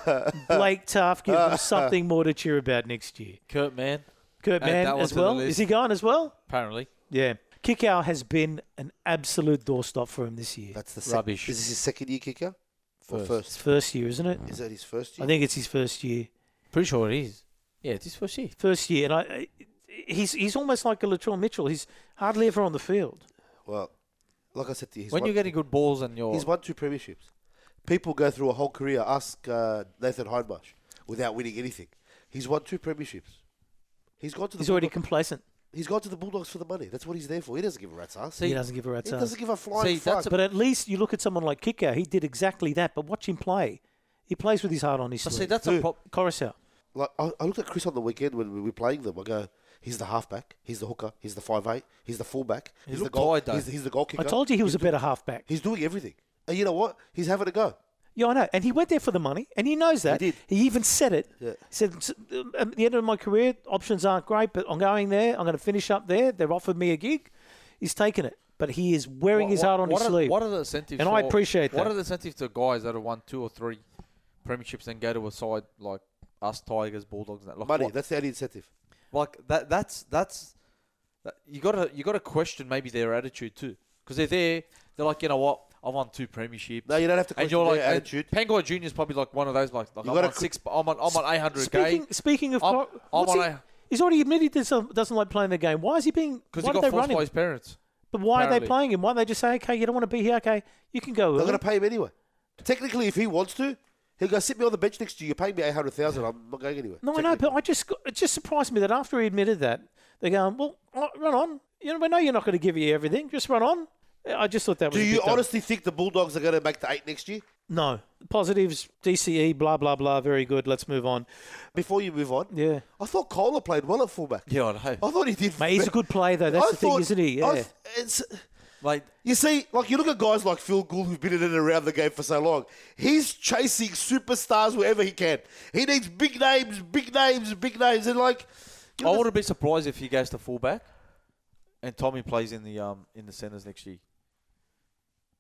S2: Blake Tuff gives them something more to cheer about next year.
S3: Kurt Mann,
S2: Kurt
S3: Add
S2: Mann
S3: that one
S2: as
S3: to the
S2: well.
S3: list.
S2: Is he going as well?
S3: apparently.
S2: Yeah. Kickout has been an absolute doorstop for him this year.
S4: That's the
S3: Rubbish.
S4: Sec- is this his second year kicker? Or
S3: First.
S2: It's
S4: first?
S2: first year, isn't it?
S4: Is that his first
S2: I
S4: year?
S2: think it's his first year.
S3: Pretty sure it is. Yeah, this was she.
S2: First year, and I- I, he's he's almost like a Latrell Mitchell. He's hardly ever on the field.
S4: well, like I said to you, he's,
S3: when
S4: won,
S3: you're getting good balls and you're
S4: he's won two premierships. People go through a whole career, ask uh, Nathan Hindmarsh, without winning anything. He's won two premierships. He's gone to the
S2: He's already
S4: Bulldogs-
S2: complacent.
S4: he's gone to the Bulldogs for the money. That's what he's there for. He doesn't give a rat's ass.
S3: See,
S2: He doesn't give a rat's
S4: He
S2: ass.
S4: doesn't give a flying
S3: See, that's
S4: fuck.
S3: a-
S2: But at least you look at someone like Kicker. He did exactly that. But watch him play. He plays with his heart on his
S3: I see
S2: sleeve.
S3: that's a
S4: Dude.
S3: prop.
S2: Coruscant.
S4: like I, I looked at Chris on the weekend when we were playing them. I go, he's the halfback, he's the hooker, he's the five eight, he's the fullback, he's the
S3: looked
S4: goal,
S3: tired, though.
S4: he's, he's the goal kicker.
S2: I told you he was a better halfback.
S4: he's doing everything. And you know what? He's having a go.
S2: Yeah, I know. And he went there for the money, and he knows that.
S4: He did.
S2: even said it.
S4: Yeah.
S2: He said, "S- um, at the end of my career, options aren't great, but I'm going there. I'm going to finish up there. They've offered me a gig. He's taken it. But he is wearing his heart on
S3: what
S2: his
S3: are,
S2: sleeve.
S3: What are the incentives?
S2: And I
S3: for-
S2: appreciate
S3: What
S2: that.
S3: are the incentives to guys that have won two or three premierships and go to a side like us, Tigers, Bulldogs, and that?
S2: Oh,
S3: Like,
S4: Money.
S3: what-
S4: That's the only incentive.
S3: like that. That's that's that, you gotta you gotta question maybe their attitude too because they're there. They're like you know what I won two premierships.
S4: No, you don't have to
S3: and
S4: question
S3: you're like
S4: their attitude.
S3: Penguin Junior is probably like one of those like, like
S4: You
S3: I'm
S4: gotta
S3: on
S4: cr-
S3: six. I'm on I'm on 800
S2: Speaking, speaking of,
S3: I'm-
S2: Cor-
S3: I'm
S2: what's
S3: on
S2: he-
S3: a-
S2: he's already admitted this uh, doesn't like playing the game. Why is he being?
S3: because
S2: why
S3: he
S2: did
S3: got
S2: they
S3: forced
S2: run him?
S3: by his parents.
S2: But why are they
S3: Apparently.
S2: playing him? Why don't they just say, okay, you don't want to be here? Okay, you can go.
S4: They're
S2: early."
S4: going to pay him anyway. Technically, if he wants to, he'll go sit me on the bench next to you. You're paying me eight hundred thousand. I'm not going anywhere.
S2: No, I know, but I just got- it just surprised me that after he admitted that, they're going, well, uh, run on. You know, we know you're not going to give you everything. Just run on. I just thought that
S4: Do
S2: was. a
S4: you
S2: bit dumb.
S4: honestly think the Bulldogs are going to make the eight next year?
S2: No positives. DCE. Blah blah blah. Very good. Let's move on.
S4: Before you move on,
S2: Yeah.
S4: I thought Kohler played well at fullback.
S3: Yeah, I know.
S2: Oh.
S4: I thought he did.
S2: Mate, he's a good player though. That's
S4: I
S2: the thing,
S4: thought-
S2: isn't he?
S4: I
S2: Yeah.
S4: th- it's,
S3: Like,
S4: You see, like you look at guys like Phil Gould who've been in and around the game for so long. He's chasing superstars wherever he can. He needs big names, big names, big names, and like you
S3: I
S4: look at-
S3: wouldn't be surprised if he goes to fullback, and Tommy plays in the um in the centres next year.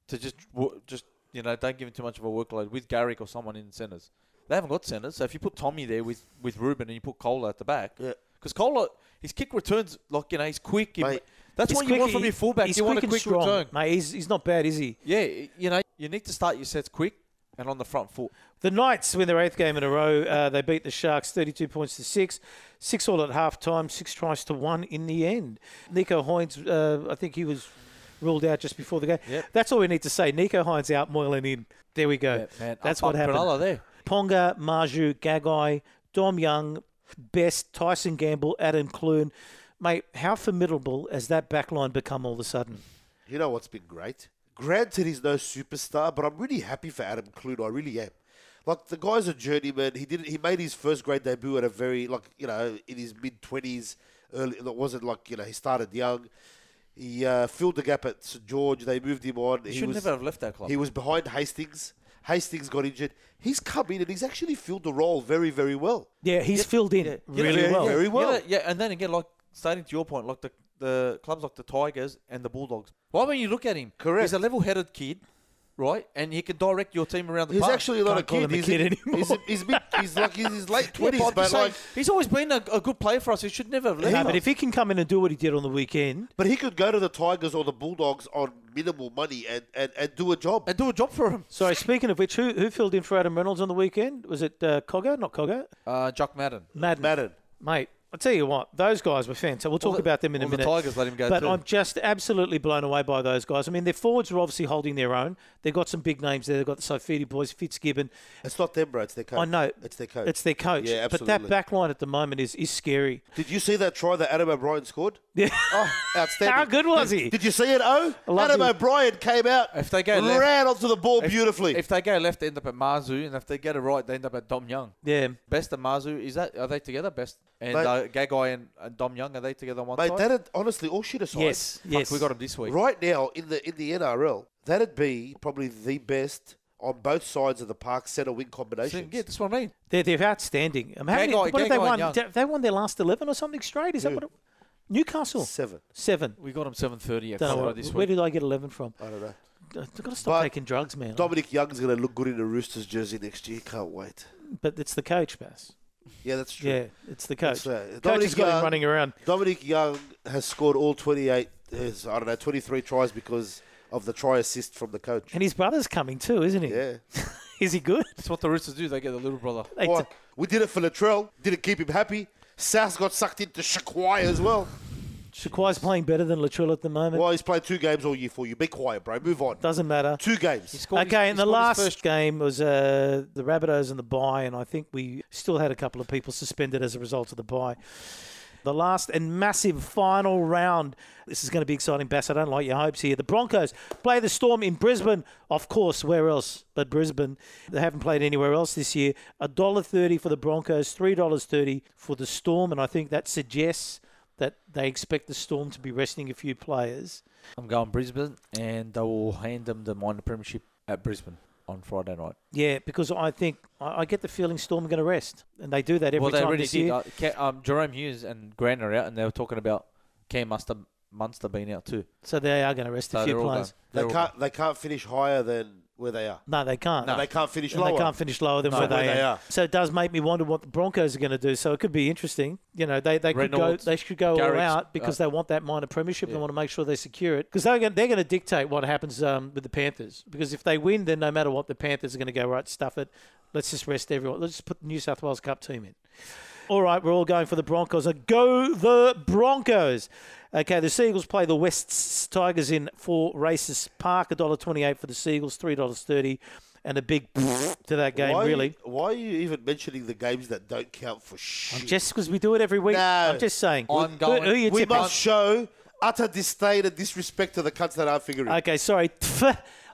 S3: To just wo- just you know don't give him too much of a workload with Garrick or someone in centres. They haven't got centres, so if you put Tommy there with with Ruben and you put Kohler at the back,
S4: Yeah.
S3: because Kohler his kick returns like you know he's quick. he-
S4: Mate,
S3: that's
S2: He's
S3: what you want
S2: quick,
S3: from
S2: he-
S3: your fullback.
S2: He's
S3: You want a
S2: quick and
S3: quick
S2: strong.
S3: return.
S2: Mate, he's, he's not bad, is he?
S3: Yeah, y- you know you need to start your sets quick and on the front foot.
S2: The Knights win their eighth game in a row. Uh, they beat the Sharks 32 points to six, six all at half time, six tries to one in the end. Nico Hines, uh, I think he was ruled out just before the game.
S3: Yep.
S2: That's all we need to say. Nico Hines out, Moylan in. There we go.
S3: man,
S2: That's what
S3: up- up
S2: happened.
S3: Cronulla there.
S2: Ponga, Marju, Gagai, Dom Young, Best, Tyson Gamble, Adam Clune. Mate, how formidable has that back line become all of a sudden?
S4: You know what's been great? Granted, he's no superstar, but I'm really happy for Adam Clune. I really am. Like the guy's a journeyman. He did. He made his first grade debut at a very like you know in his mid twenties. Early. It wasn't like you know he started young. He uh, filled the gap at St George. They moved him on.
S3: He should never have left that club.
S4: He was behind Hastings. Hastings got injured. He's come in and he's actually filled the role very, very well.
S2: Yeah, he's filled in
S3: Yeah,
S2: really
S4: yeah,
S2: well.
S4: yeah. Very well.
S3: Yeah, yeah, and then again, like starting to your point, like the the clubs like the Tigers and the Bulldogs. Why when you look at him?
S4: Correct.
S3: He's a level-headed kid, right? And he can direct your team around the
S4: He's
S3: park.
S4: actually not
S2: Can't
S4: a
S2: call
S4: kid.
S2: him a
S4: he's
S2: kid
S4: in-
S2: anymore.
S4: He's, he's, mid, he's like in his late
S3: Yeah, but
S4: twenties,
S3: I'm
S4: but
S3: just saying,
S4: like
S3: he's always been a, a good player for us. He should never have left.
S2: No,
S3: us.
S2: Uh, but if he can come in and do what he did on the weekend,
S4: But he could go to the Tigers or the Bulldogs on minimal money and, and, and do a job.
S3: and do a job for him.
S2: Sorry, speaking of which, who, who filled in for Adam Reynolds on the weekend? Was it uh, Cogger? Not Cogger.
S3: Uh, Jock Madden.
S2: Madden.
S4: Madden.
S2: Mate, I'll tell you what, those guys were fantastic. We'll talk
S3: the-
S2: about them in a
S3: all the
S2: minute.
S3: Tigers let him go
S2: But
S3: too.
S2: I'm just absolutely blown away by those guys. I mean, their forwards are obviously holding their own. They've got some big names there. They've got the Sofidi boys, Fitzgibbon.
S4: It's not them, bro. It's their coach.
S2: I know.
S4: It's their coach.
S2: It's their coach.
S4: Yeah,
S2: But that
S4: absolutely.
S2: back line at the moment is, is scary.
S4: Did you see that try that Adam O'Brien scored?
S2: Yeah.
S4: Oh, outstanding.
S2: How good was he?
S4: Did you see it, O?
S2: love
S4: Adam
S2: you.
S4: O'Brien came out,
S3: If they go
S4: ran
S3: left-
S4: onto the ball beautifully.
S3: If they go left, they end up at Marzu, and if they get it right, they end up at Dom Young.
S2: Yeah.
S3: Best and Marzu is that are they together? Best and
S4: Mate-
S3: uh, Gagai and, and Dom Young are they together on one
S4: Mate,
S3: side?
S4: that'd honestly all shit aside.
S2: Yes.
S3: Fuck,
S2: yes.
S3: we got him this week.
S4: Right now in the in the NRL, that'd be probably the best on both sides of the park centre wing
S3: So,
S4: combination.
S3: yeah, that's what I mean.
S2: They're, they're outstanding. Um, how many,
S3: Gagai-
S2: what have they
S3: Gagai and
S2: won?
S3: Young.
S2: They- They won their last 11 or something straight. Is that
S4: Yeah.
S2: what it Newcastle.
S4: Seven.
S2: Seven.
S3: We got him seven thirty at
S2: Don't know
S3: Colorado
S2: what-
S3: this
S2: where
S3: week.
S2: did I get 11 from?
S4: I don't know.
S2: I've got to stop
S4: But-
S2: taking drugs, man.
S4: Dominic Young's gonna look good in a Roosters jersey next year. Can't wait.
S2: but it's the coach, Bass.
S4: Yeah, that's true.
S2: Yeah, it's the coach.
S4: That's right.
S2: Coach
S4: Dominic uh,
S2: has got him
S4: Young-
S2: running around.
S4: Dominic Young has scored all 28, his, I don't know, 23 tries because of the try assist from the coach.
S2: And his brother's coming too, isn't he?
S4: Yeah.
S2: Is he good?
S3: That's what the Roosters do. They get the little brother.
S2: They
S4: Or,
S2: t-
S4: we did it for Latrell, didn't keep him happy. South got sucked into Shaquai as well.
S2: Shaquai's playing better than Latrell at the moment.
S4: well, he's played two games all year for you. Be quiet, bro. Move on.
S2: Doesn't matter.
S4: Two games.
S3: scored his-
S2: okay,
S3: he
S2: and the
S3: scored his
S2: last
S3: first-
S2: game was uh, the Rabbitohs and the bye, and I think we still had a couple of people suspended as a result of the bye. The last and massive final round. This is going to be exciting, Bass. I don't like your hopes here. The Broncos play the Storm in Brisbane, of course. Where else but Brisbane? They haven't played anywhere else this year. A dollar thirty for the Broncos, three dollars thirty for the Storm, and I think that suggests that they expect the Storm to be resting a few players.
S3: I'm going Brisbane, and they will hand them the minor premiership at Brisbane on Friday night.
S2: Yeah, because I think I, I get the feeling Storm are going to rest, and they do that every
S3: well, they
S2: time
S3: already
S2: this
S3: did.
S2: year.
S3: Uh, Ca- um, Jerome Hughes and Grant are out, and they were talking about Cam Munster, Munster being out too.
S2: So they are going to rest
S3: So
S2: a few
S3: they're all
S2: players.
S3: gone. They're
S4: They
S3: all
S4: can't, they can't finish higher than where they are.
S2: No, they can't.
S4: And they can't finish
S2: And
S4: lower.
S2: they can't finish lower than
S4: No,
S2: where,
S4: where
S2: they,
S4: they
S2: are.
S4: are.
S2: So it does make me wonder what the Broncos are going to do. So it could be interesting. You know, they, they could go.
S3: Reynolds,
S2: They should go
S3: Garrick's,
S2: all out because
S3: uh,
S2: they want that minor premiership. They
S3: yeah.
S2: want to make sure they secure it because they're going, they're going to dictate what happens um, with the Panthers. Because if they win, then no matter what, the Panthers are going to go right. Stuff it. Let's just rest everyone. Let's just put the New South Wales Cup team in. All right, we're all going for the Broncos. Uh, Go the Broncos. Okay, the Seagulls play the West Tigers in four races. Park $1.28 for the Seagulls, $3.30, and a big to that game,
S4: why are you-
S2: really.
S4: why are you even mentioning the games that don't count for shit?
S2: Just because we do it every week.
S4: No.
S2: I'm just saying.
S3: I'm
S2: Who-
S3: going-
S2: Who, are you
S4: we
S2: tipping?
S4: must show utter disdain and disrespect to the cunts that aren't figuring.
S2: Okay, sorry.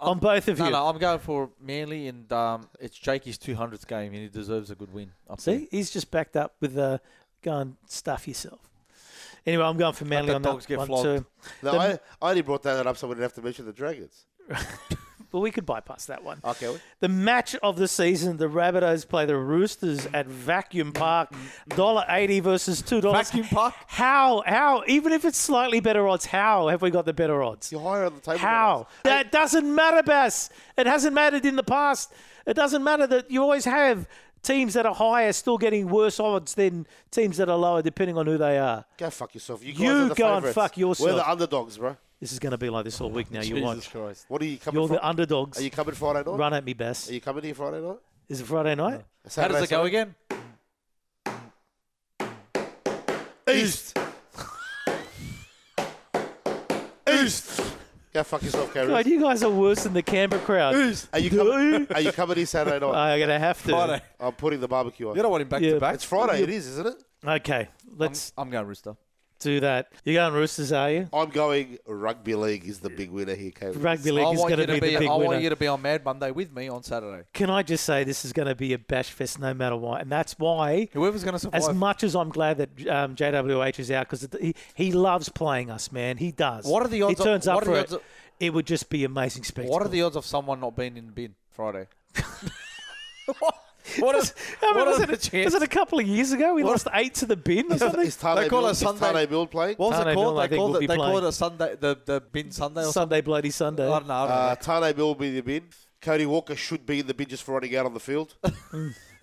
S2: on both of
S3: Oh, No,
S2: you.
S3: no, I'm going for Manly, and um, it's Jakey's 200th game, and he deserves a good win. Up there.
S2: See, he's just backed up with uh, going stuff yourself. Anyway, I'm going for Manly
S3: the
S2: on
S3: dogs
S2: that
S3: get
S2: one
S3: flogged.
S2: too.
S4: No,
S2: The-
S4: I, I only brought that up so we didn't have to mention the Dragons.
S2: But we could bypass that one.
S4: Okay. well,
S2: The match of the season, the Rabbitohs play the Roosters at Vacuum Park. $1.80 versus $2.
S3: Vacuum Park?
S2: How? How? Even if it's slightly better odds, how have we got the better odds?
S4: You're higher on the table. than
S2: How?
S4: us.
S2: That doesn't matter, Bass. It hasn't mattered in the past. It doesn't matter that you always have teams that are higher still getting worse odds than teams that are lower, depending on who they are.
S4: Go fuck yourself. You, guys
S2: You
S4: are the
S2: go and
S4: favourites.
S2: fuck yourself.
S4: We're the underdogs, bro.
S2: This is going to be like this all week now. You watch.
S3: Christ.
S4: What are you coming
S2: You're
S4: for?
S2: the underdogs.
S4: Are you coming Friday night?
S2: Run at me, Bass.
S4: Are you coming here Friday night?
S2: Is it Friday night?
S3: How
S4: Saturday,
S3: does it go
S4: Sunday?
S3: again?
S4: East. East. Go fuck yourself,
S2: God,
S4: Gary.
S2: you guys are worse than the Canberra crowd.
S4: Are you coming? Are you coming here Saturday night?
S2: I'm gonna have to.
S3: Friday.
S4: I'm putting the barbecue
S3: You
S4: on.
S3: don't want him back
S2: Yeah.
S3: to back.
S4: It's Friday. It is, isn't it?
S2: Okay,
S3: I'm,
S2: let's
S3: I'm going Rooster.
S2: do that. You're going Roosters, are you?
S4: I'm going. Rugby league is the big winner here, Caleb.
S2: Rugby league
S3: I
S2: is
S3: want
S2: going
S3: you
S2: to
S3: to
S2: be, the big
S3: I
S2: winner.
S3: want you to be on Mad Monday with me on Saturday.
S2: Can I just say this is going to be a bash fest, no matter what, and that's why.
S3: Whoever's going to survive.
S2: As much as I'm glad that um, JWH is out because he, he loves playing us, man. He does.
S3: What are the odds
S2: He
S3: of-
S2: turns
S3: what
S2: up
S3: are
S2: for
S3: the
S2: it.
S3: odds of-
S2: it would just be amazing spectacle.
S3: what are the odds of someone not being in the bin Friday? what? What is?
S2: I mean,
S3: what
S2: was,
S3: are
S2: it,
S3: the
S2: was
S3: chances?
S2: it a couple of years ago? We lost eight to the bin or something.
S4: Is Tane
S3: They call
S4: Build-
S3: us
S4: is
S3: Sunday-
S4: Tane Build playing?
S3: What was
S2: Tane
S3: it called?
S2: Mill, I
S3: They
S2: think,
S3: called
S2: will be
S3: it. They called
S2: playing.
S3: it a Sunday. The the bin Sunday or something. Oh,
S2: Sunday bloody Sunday.
S3: I don't know. I don't
S4: Uh,
S3: know.
S4: Tane Bill will be in the bin. Cody Walker should be in the bin just for running out on the field.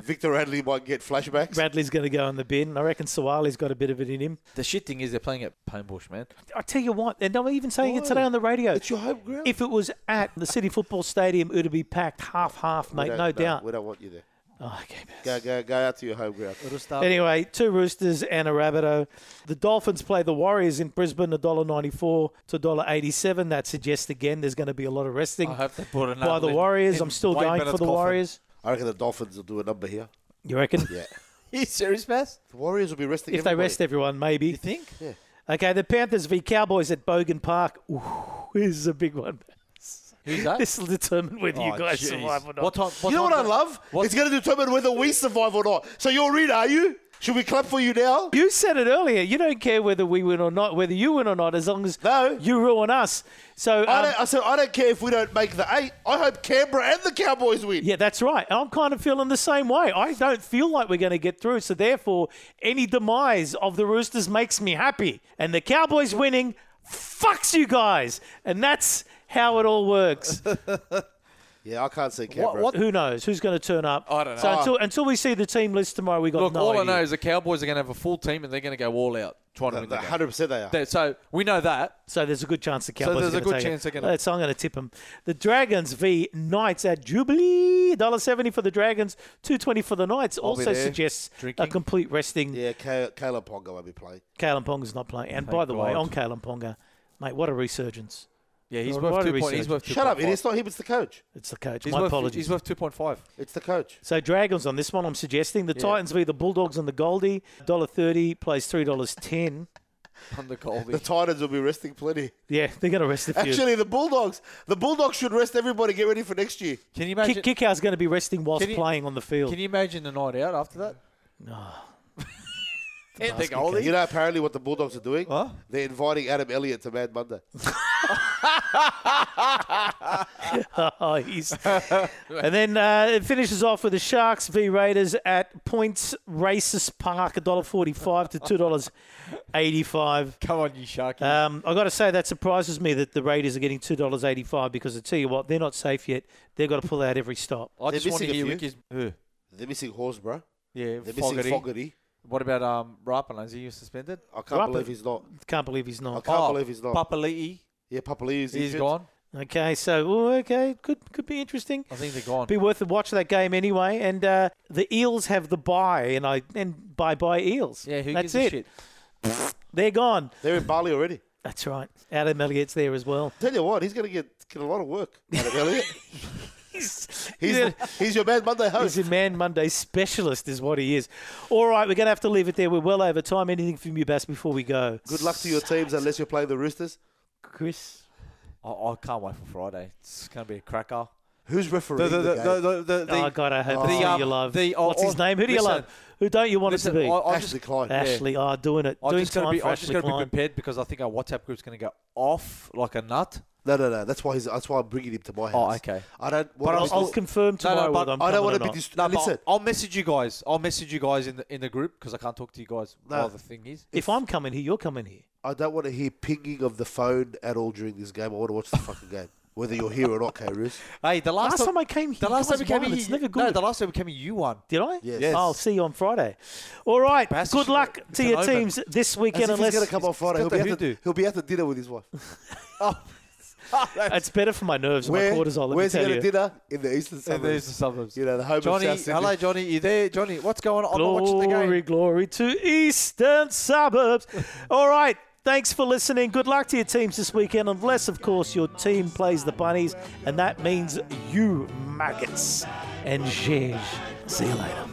S4: Victor Radley might get flashbacks.
S2: Bradley's going to go in the bin. I reckon Sawali's got a bit of it in him.
S3: The shit thing is they're playing at Painbush, man.
S2: I tell you what, and I'm even saying it
S4: Why?
S2: today on the radio.
S4: it's your home ground.
S2: If it was at the City Football Stadium, it would be packed half half,
S4: We
S2: mate,
S4: don't-
S2: no doubt.
S4: We don't want you there.
S2: Oh, okay, man.
S4: Go, go, go out to your home ground.
S2: Anyway, two Roosters and a Rabbitoh. The Dolphins play the Warriors in Brisbane, $1.94 to $1.87. That suggests, again, there's going to be a lot of resting
S3: I hope they put another.
S2: by the
S3: in-
S2: Warriors.
S3: in
S2: I'm still
S3: Wayne
S2: going for
S3: Bennett's
S2: the
S3: coffin.
S2: Warriors.
S4: I reckon the Dolphins will do a number here.
S2: You reckon?
S4: Yeah.
S3: Are you serious, Mass?
S4: The Warriors will be resting.
S2: If they
S4: everybody.
S2: rest everyone,
S3: You
S2: maybe.
S3: think?
S2: Okay, the Panthers v Cowboys at Bogan Park. Ooh, this is a big one.
S3: Who's that?
S2: This will determine whether you
S3: Oh,
S2: guys
S3: jeez.
S2: survive or not.
S3: What time? What
S4: you know
S3: time
S4: what I
S3: do-
S4: love?
S3: What-
S4: It's going to determine whether we survive or not. So you're in, are you? Should we clap for you now?
S2: You said it earlier. You don't care whether we win or not, whether you win or not, as long as
S4: No.
S2: you ruin us. So
S4: I,
S2: um,
S4: don't, I said I don't care if we don't make the eight. I hope Canberra and the Cowboys win.
S2: yeah, that's right. And I'm kind of feeling the same way. I don't feel like we're going to get through. So therefore, any demise of the Roosters makes me happy, and the Cowboys winning fucks you guys, and that's how it all works.
S4: Yeah, I can't see Canberra.
S3: what-
S2: Who knows who's going to turn up?
S3: I don't know.
S2: So until until we see the team list tomorrow, we got
S3: Look,
S2: no
S3: all I
S2: idea.
S3: know is the Cowboys are going to have a full team and they're going to go all out trying to win the game.
S4: Hundred percent they are.
S3: There- So we know that.
S2: So there's a good chance the Cowboys.
S3: there's
S2: are
S3: a
S2: gonna
S3: good
S2: take
S3: chance
S2: it.
S3: they're gonna-
S2: Uh, So I'm going to tip them. The Dragons v Knights at Jubilee. Dollar seventy for the Dragons, two twenty for the Knights.
S3: be
S2: also
S3: there,
S2: suggests a
S3: drinking.
S2: complete resting.
S4: Yeah, Ca- Caleb Ponga won't be playing.
S2: Kalen Ponga's not playing. And by the way,
S3: God.
S2: on Kalen Ponga, mate, what a resurgence!
S3: Yeah, he's
S2: Well,
S3: worth
S2: what do
S3: two
S2: we
S3: point.
S2: say?
S3: He's worth two
S4: Shut up!
S3: point
S4: It's not him. It's the coach.
S2: It's the coach.
S3: five.
S2: My
S3: He's worth,
S2: apologies.
S3: he's worth two point five.
S4: It's the coach.
S2: So Dragons on this one, I'm suggesting the Titans v the Bulldogs on the Goldie. Dollar thirty plays three dollars ten.
S3: Under
S4: The
S3: Colby.
S4: Titans will be resting plenty.
S2: Yeah, they're going to rest a few.
S4: Actually, the Bulldogs. The Bulldogs should rest everybody. Get ready for next year.
S3: Can you
S2: Kick-
S3: imagine?
S2: Kickout's going to be resting whilst
S3: Can you-
S2: playing on the field.
S3: Can you imagine the night out after that? No. the Goldie.
S4: You know, apparently, what the Bulldogs are doing?
S3: Huh?
S4: They're inviting Adam Elliott to Mad Monday.
S2: Oh, he's. and then uh, it finishes off with the Sharks v Raiders at Points Races Park, $1.45 to $2.85.
S3: Come on, you sharky.
S2: Um, I got to say that surprises me that the Raiders are getting two dollars eighty-five because I tell you what, they're not safe yet. They've got to pull out every stop.
S3: I just want
S4: missing
S3: to
S4: a
S3: hear
S4: few.
S3: Ricky's. Who?
S4: They're missing Horse, bro.
S3: Yeah,
S4: They're
S3: Fogarty.
S4: missing Fogarty.
S3: What about um Rapana? Is he suspended? Oh,
S4: I can't
S2: Rapid.
S4: believe he's not.
S2: Can't believe he's
S4: I
S2: not.
S4: can't believe he's not.
S3: Papali'i,
S4: yeah, Papali'i is
S3: he's
S4: injured.
S3: gone.
S2: Okay, so ooh, okay, could could be interesting.
S3: I think they're gone.
S2: Be worth a watch of that game anyway. And uh, the Eels have the bye, and I and bye bye Eels.
S3: Yeah, who
S2: That's
S3: gives a
S2: it.
S3: shit?
S2: They're gone.
S4: They're in Bali already.
S2: That's right. Adam Elliott's there as well.
S4: Tell you what, he's going to get get a lot of work. Adam Elliott.
S2: He's,
S4: He's, he's your Mad Monday host.
S2: He's a Man Monday specialist, is what he is. All right, we're going to have to leave it there. We're well over time. Anything from you, Bass, before we go?
S4: Good luck to your teams unless you're playing the Roosters.
S2: Chris.
S3: I, I can't wait for Friday. It's going to be a cracker.
S4: Who's refereeing
S3: The, the, the,
S4: game?
S3: the, the, the, the,
S2: oh God, I hope
S3: the,
S2: it's who
S3: uh,
S2: you love.
S3: the- oh,
S2: What's his
S3: oh,
S2: name? Who do you
S3: listen,
S2: love? Who don't you want
S3: listen,
S2: it to be?
S3: I, I
S4: Ashley
S3: just,
S4: Klein.
S3: yeah.
S2: Ashley, oh, doing it.
S3: I'm
S2: doing
S3: just gonna
S2: time
S3: be,
S2: for
S3: I'm just
S2: Ashley
S3: gonna be
S2: Klein.
S3: prepared because I think our WhatsApp group's gonna go off like a nut.
S4: No, no, no. That's why he's, that's why I'm bringing him to my
S3: Oh,
S4: house.
S3: okay.
S4: I don't.
S3: But
S4: want
S2: I'll,
S4: to
S2: I'll
S4: be-
S2: confirm
S3: No, no,
S2: tomorrow
S3: but
S2: whether I'm
S4: I don't
S2: coming
S4: want
S2: or
S4: to be
S2: not.
S4: dis-
S3: No, but
S4: Listen,
S3: I'll message you guys. I'll message you guys in the in the group because I can't talk to you guys
S4: No.
S3: while the thing is.
S2: If I'm coming here, you're coming here.
S4: I don't want to hear pinging of the phone at all during this game. I want to watch the fucking game, whether you're here or not, Kyrus.
S3: Hey, the last,
S2: Last time I came here,
S3: the last time
S2: guys
S3: we came
S2: won.
S3: here,
S2: It's never
S3: No,
S2: good.
S3: the last time we came here, you won.
S2: Did I?
S4: Yes.
S3: Yes.
S2: I'll see you on Friday. All right.
S3: Bass
S2: Good
S3: should-
S2: luck
S3: it's
S2: to
S3: an
S2: your
S3: omen.
S2: teams this
S4: As if
S2: weekend,
S4: he's
S2: unless
S4: going to come on Friday. He'll
S3: got
S4: be,
S3: the
S4: at the,
S3: hoodoo.
S4: he'll be at the dinner with his wife.
S2: it's better for my nerves and my
S4: Where,
S2: cortisol. Let me
S4: where's he
S2: tell
S4: going to
S2: you.
S4: dinner? In the eastern
S3: And there's the
S4: suburbs.
S3: suburbs.
S4: You know, the home
S3: Johnny,
S4: of South
S3: hello,
S4: Sydney.
S3: Johnny. You there, Johnny? What's going on? I'm not watching the
S2: Glory,
S3: game.
S2: glory to Eastern suburbs. All right. Thanks for listening. Good luck to your teams this weekend, unless, of course, your team plays the Bunnies, and that means you maggots and zhej. See you later.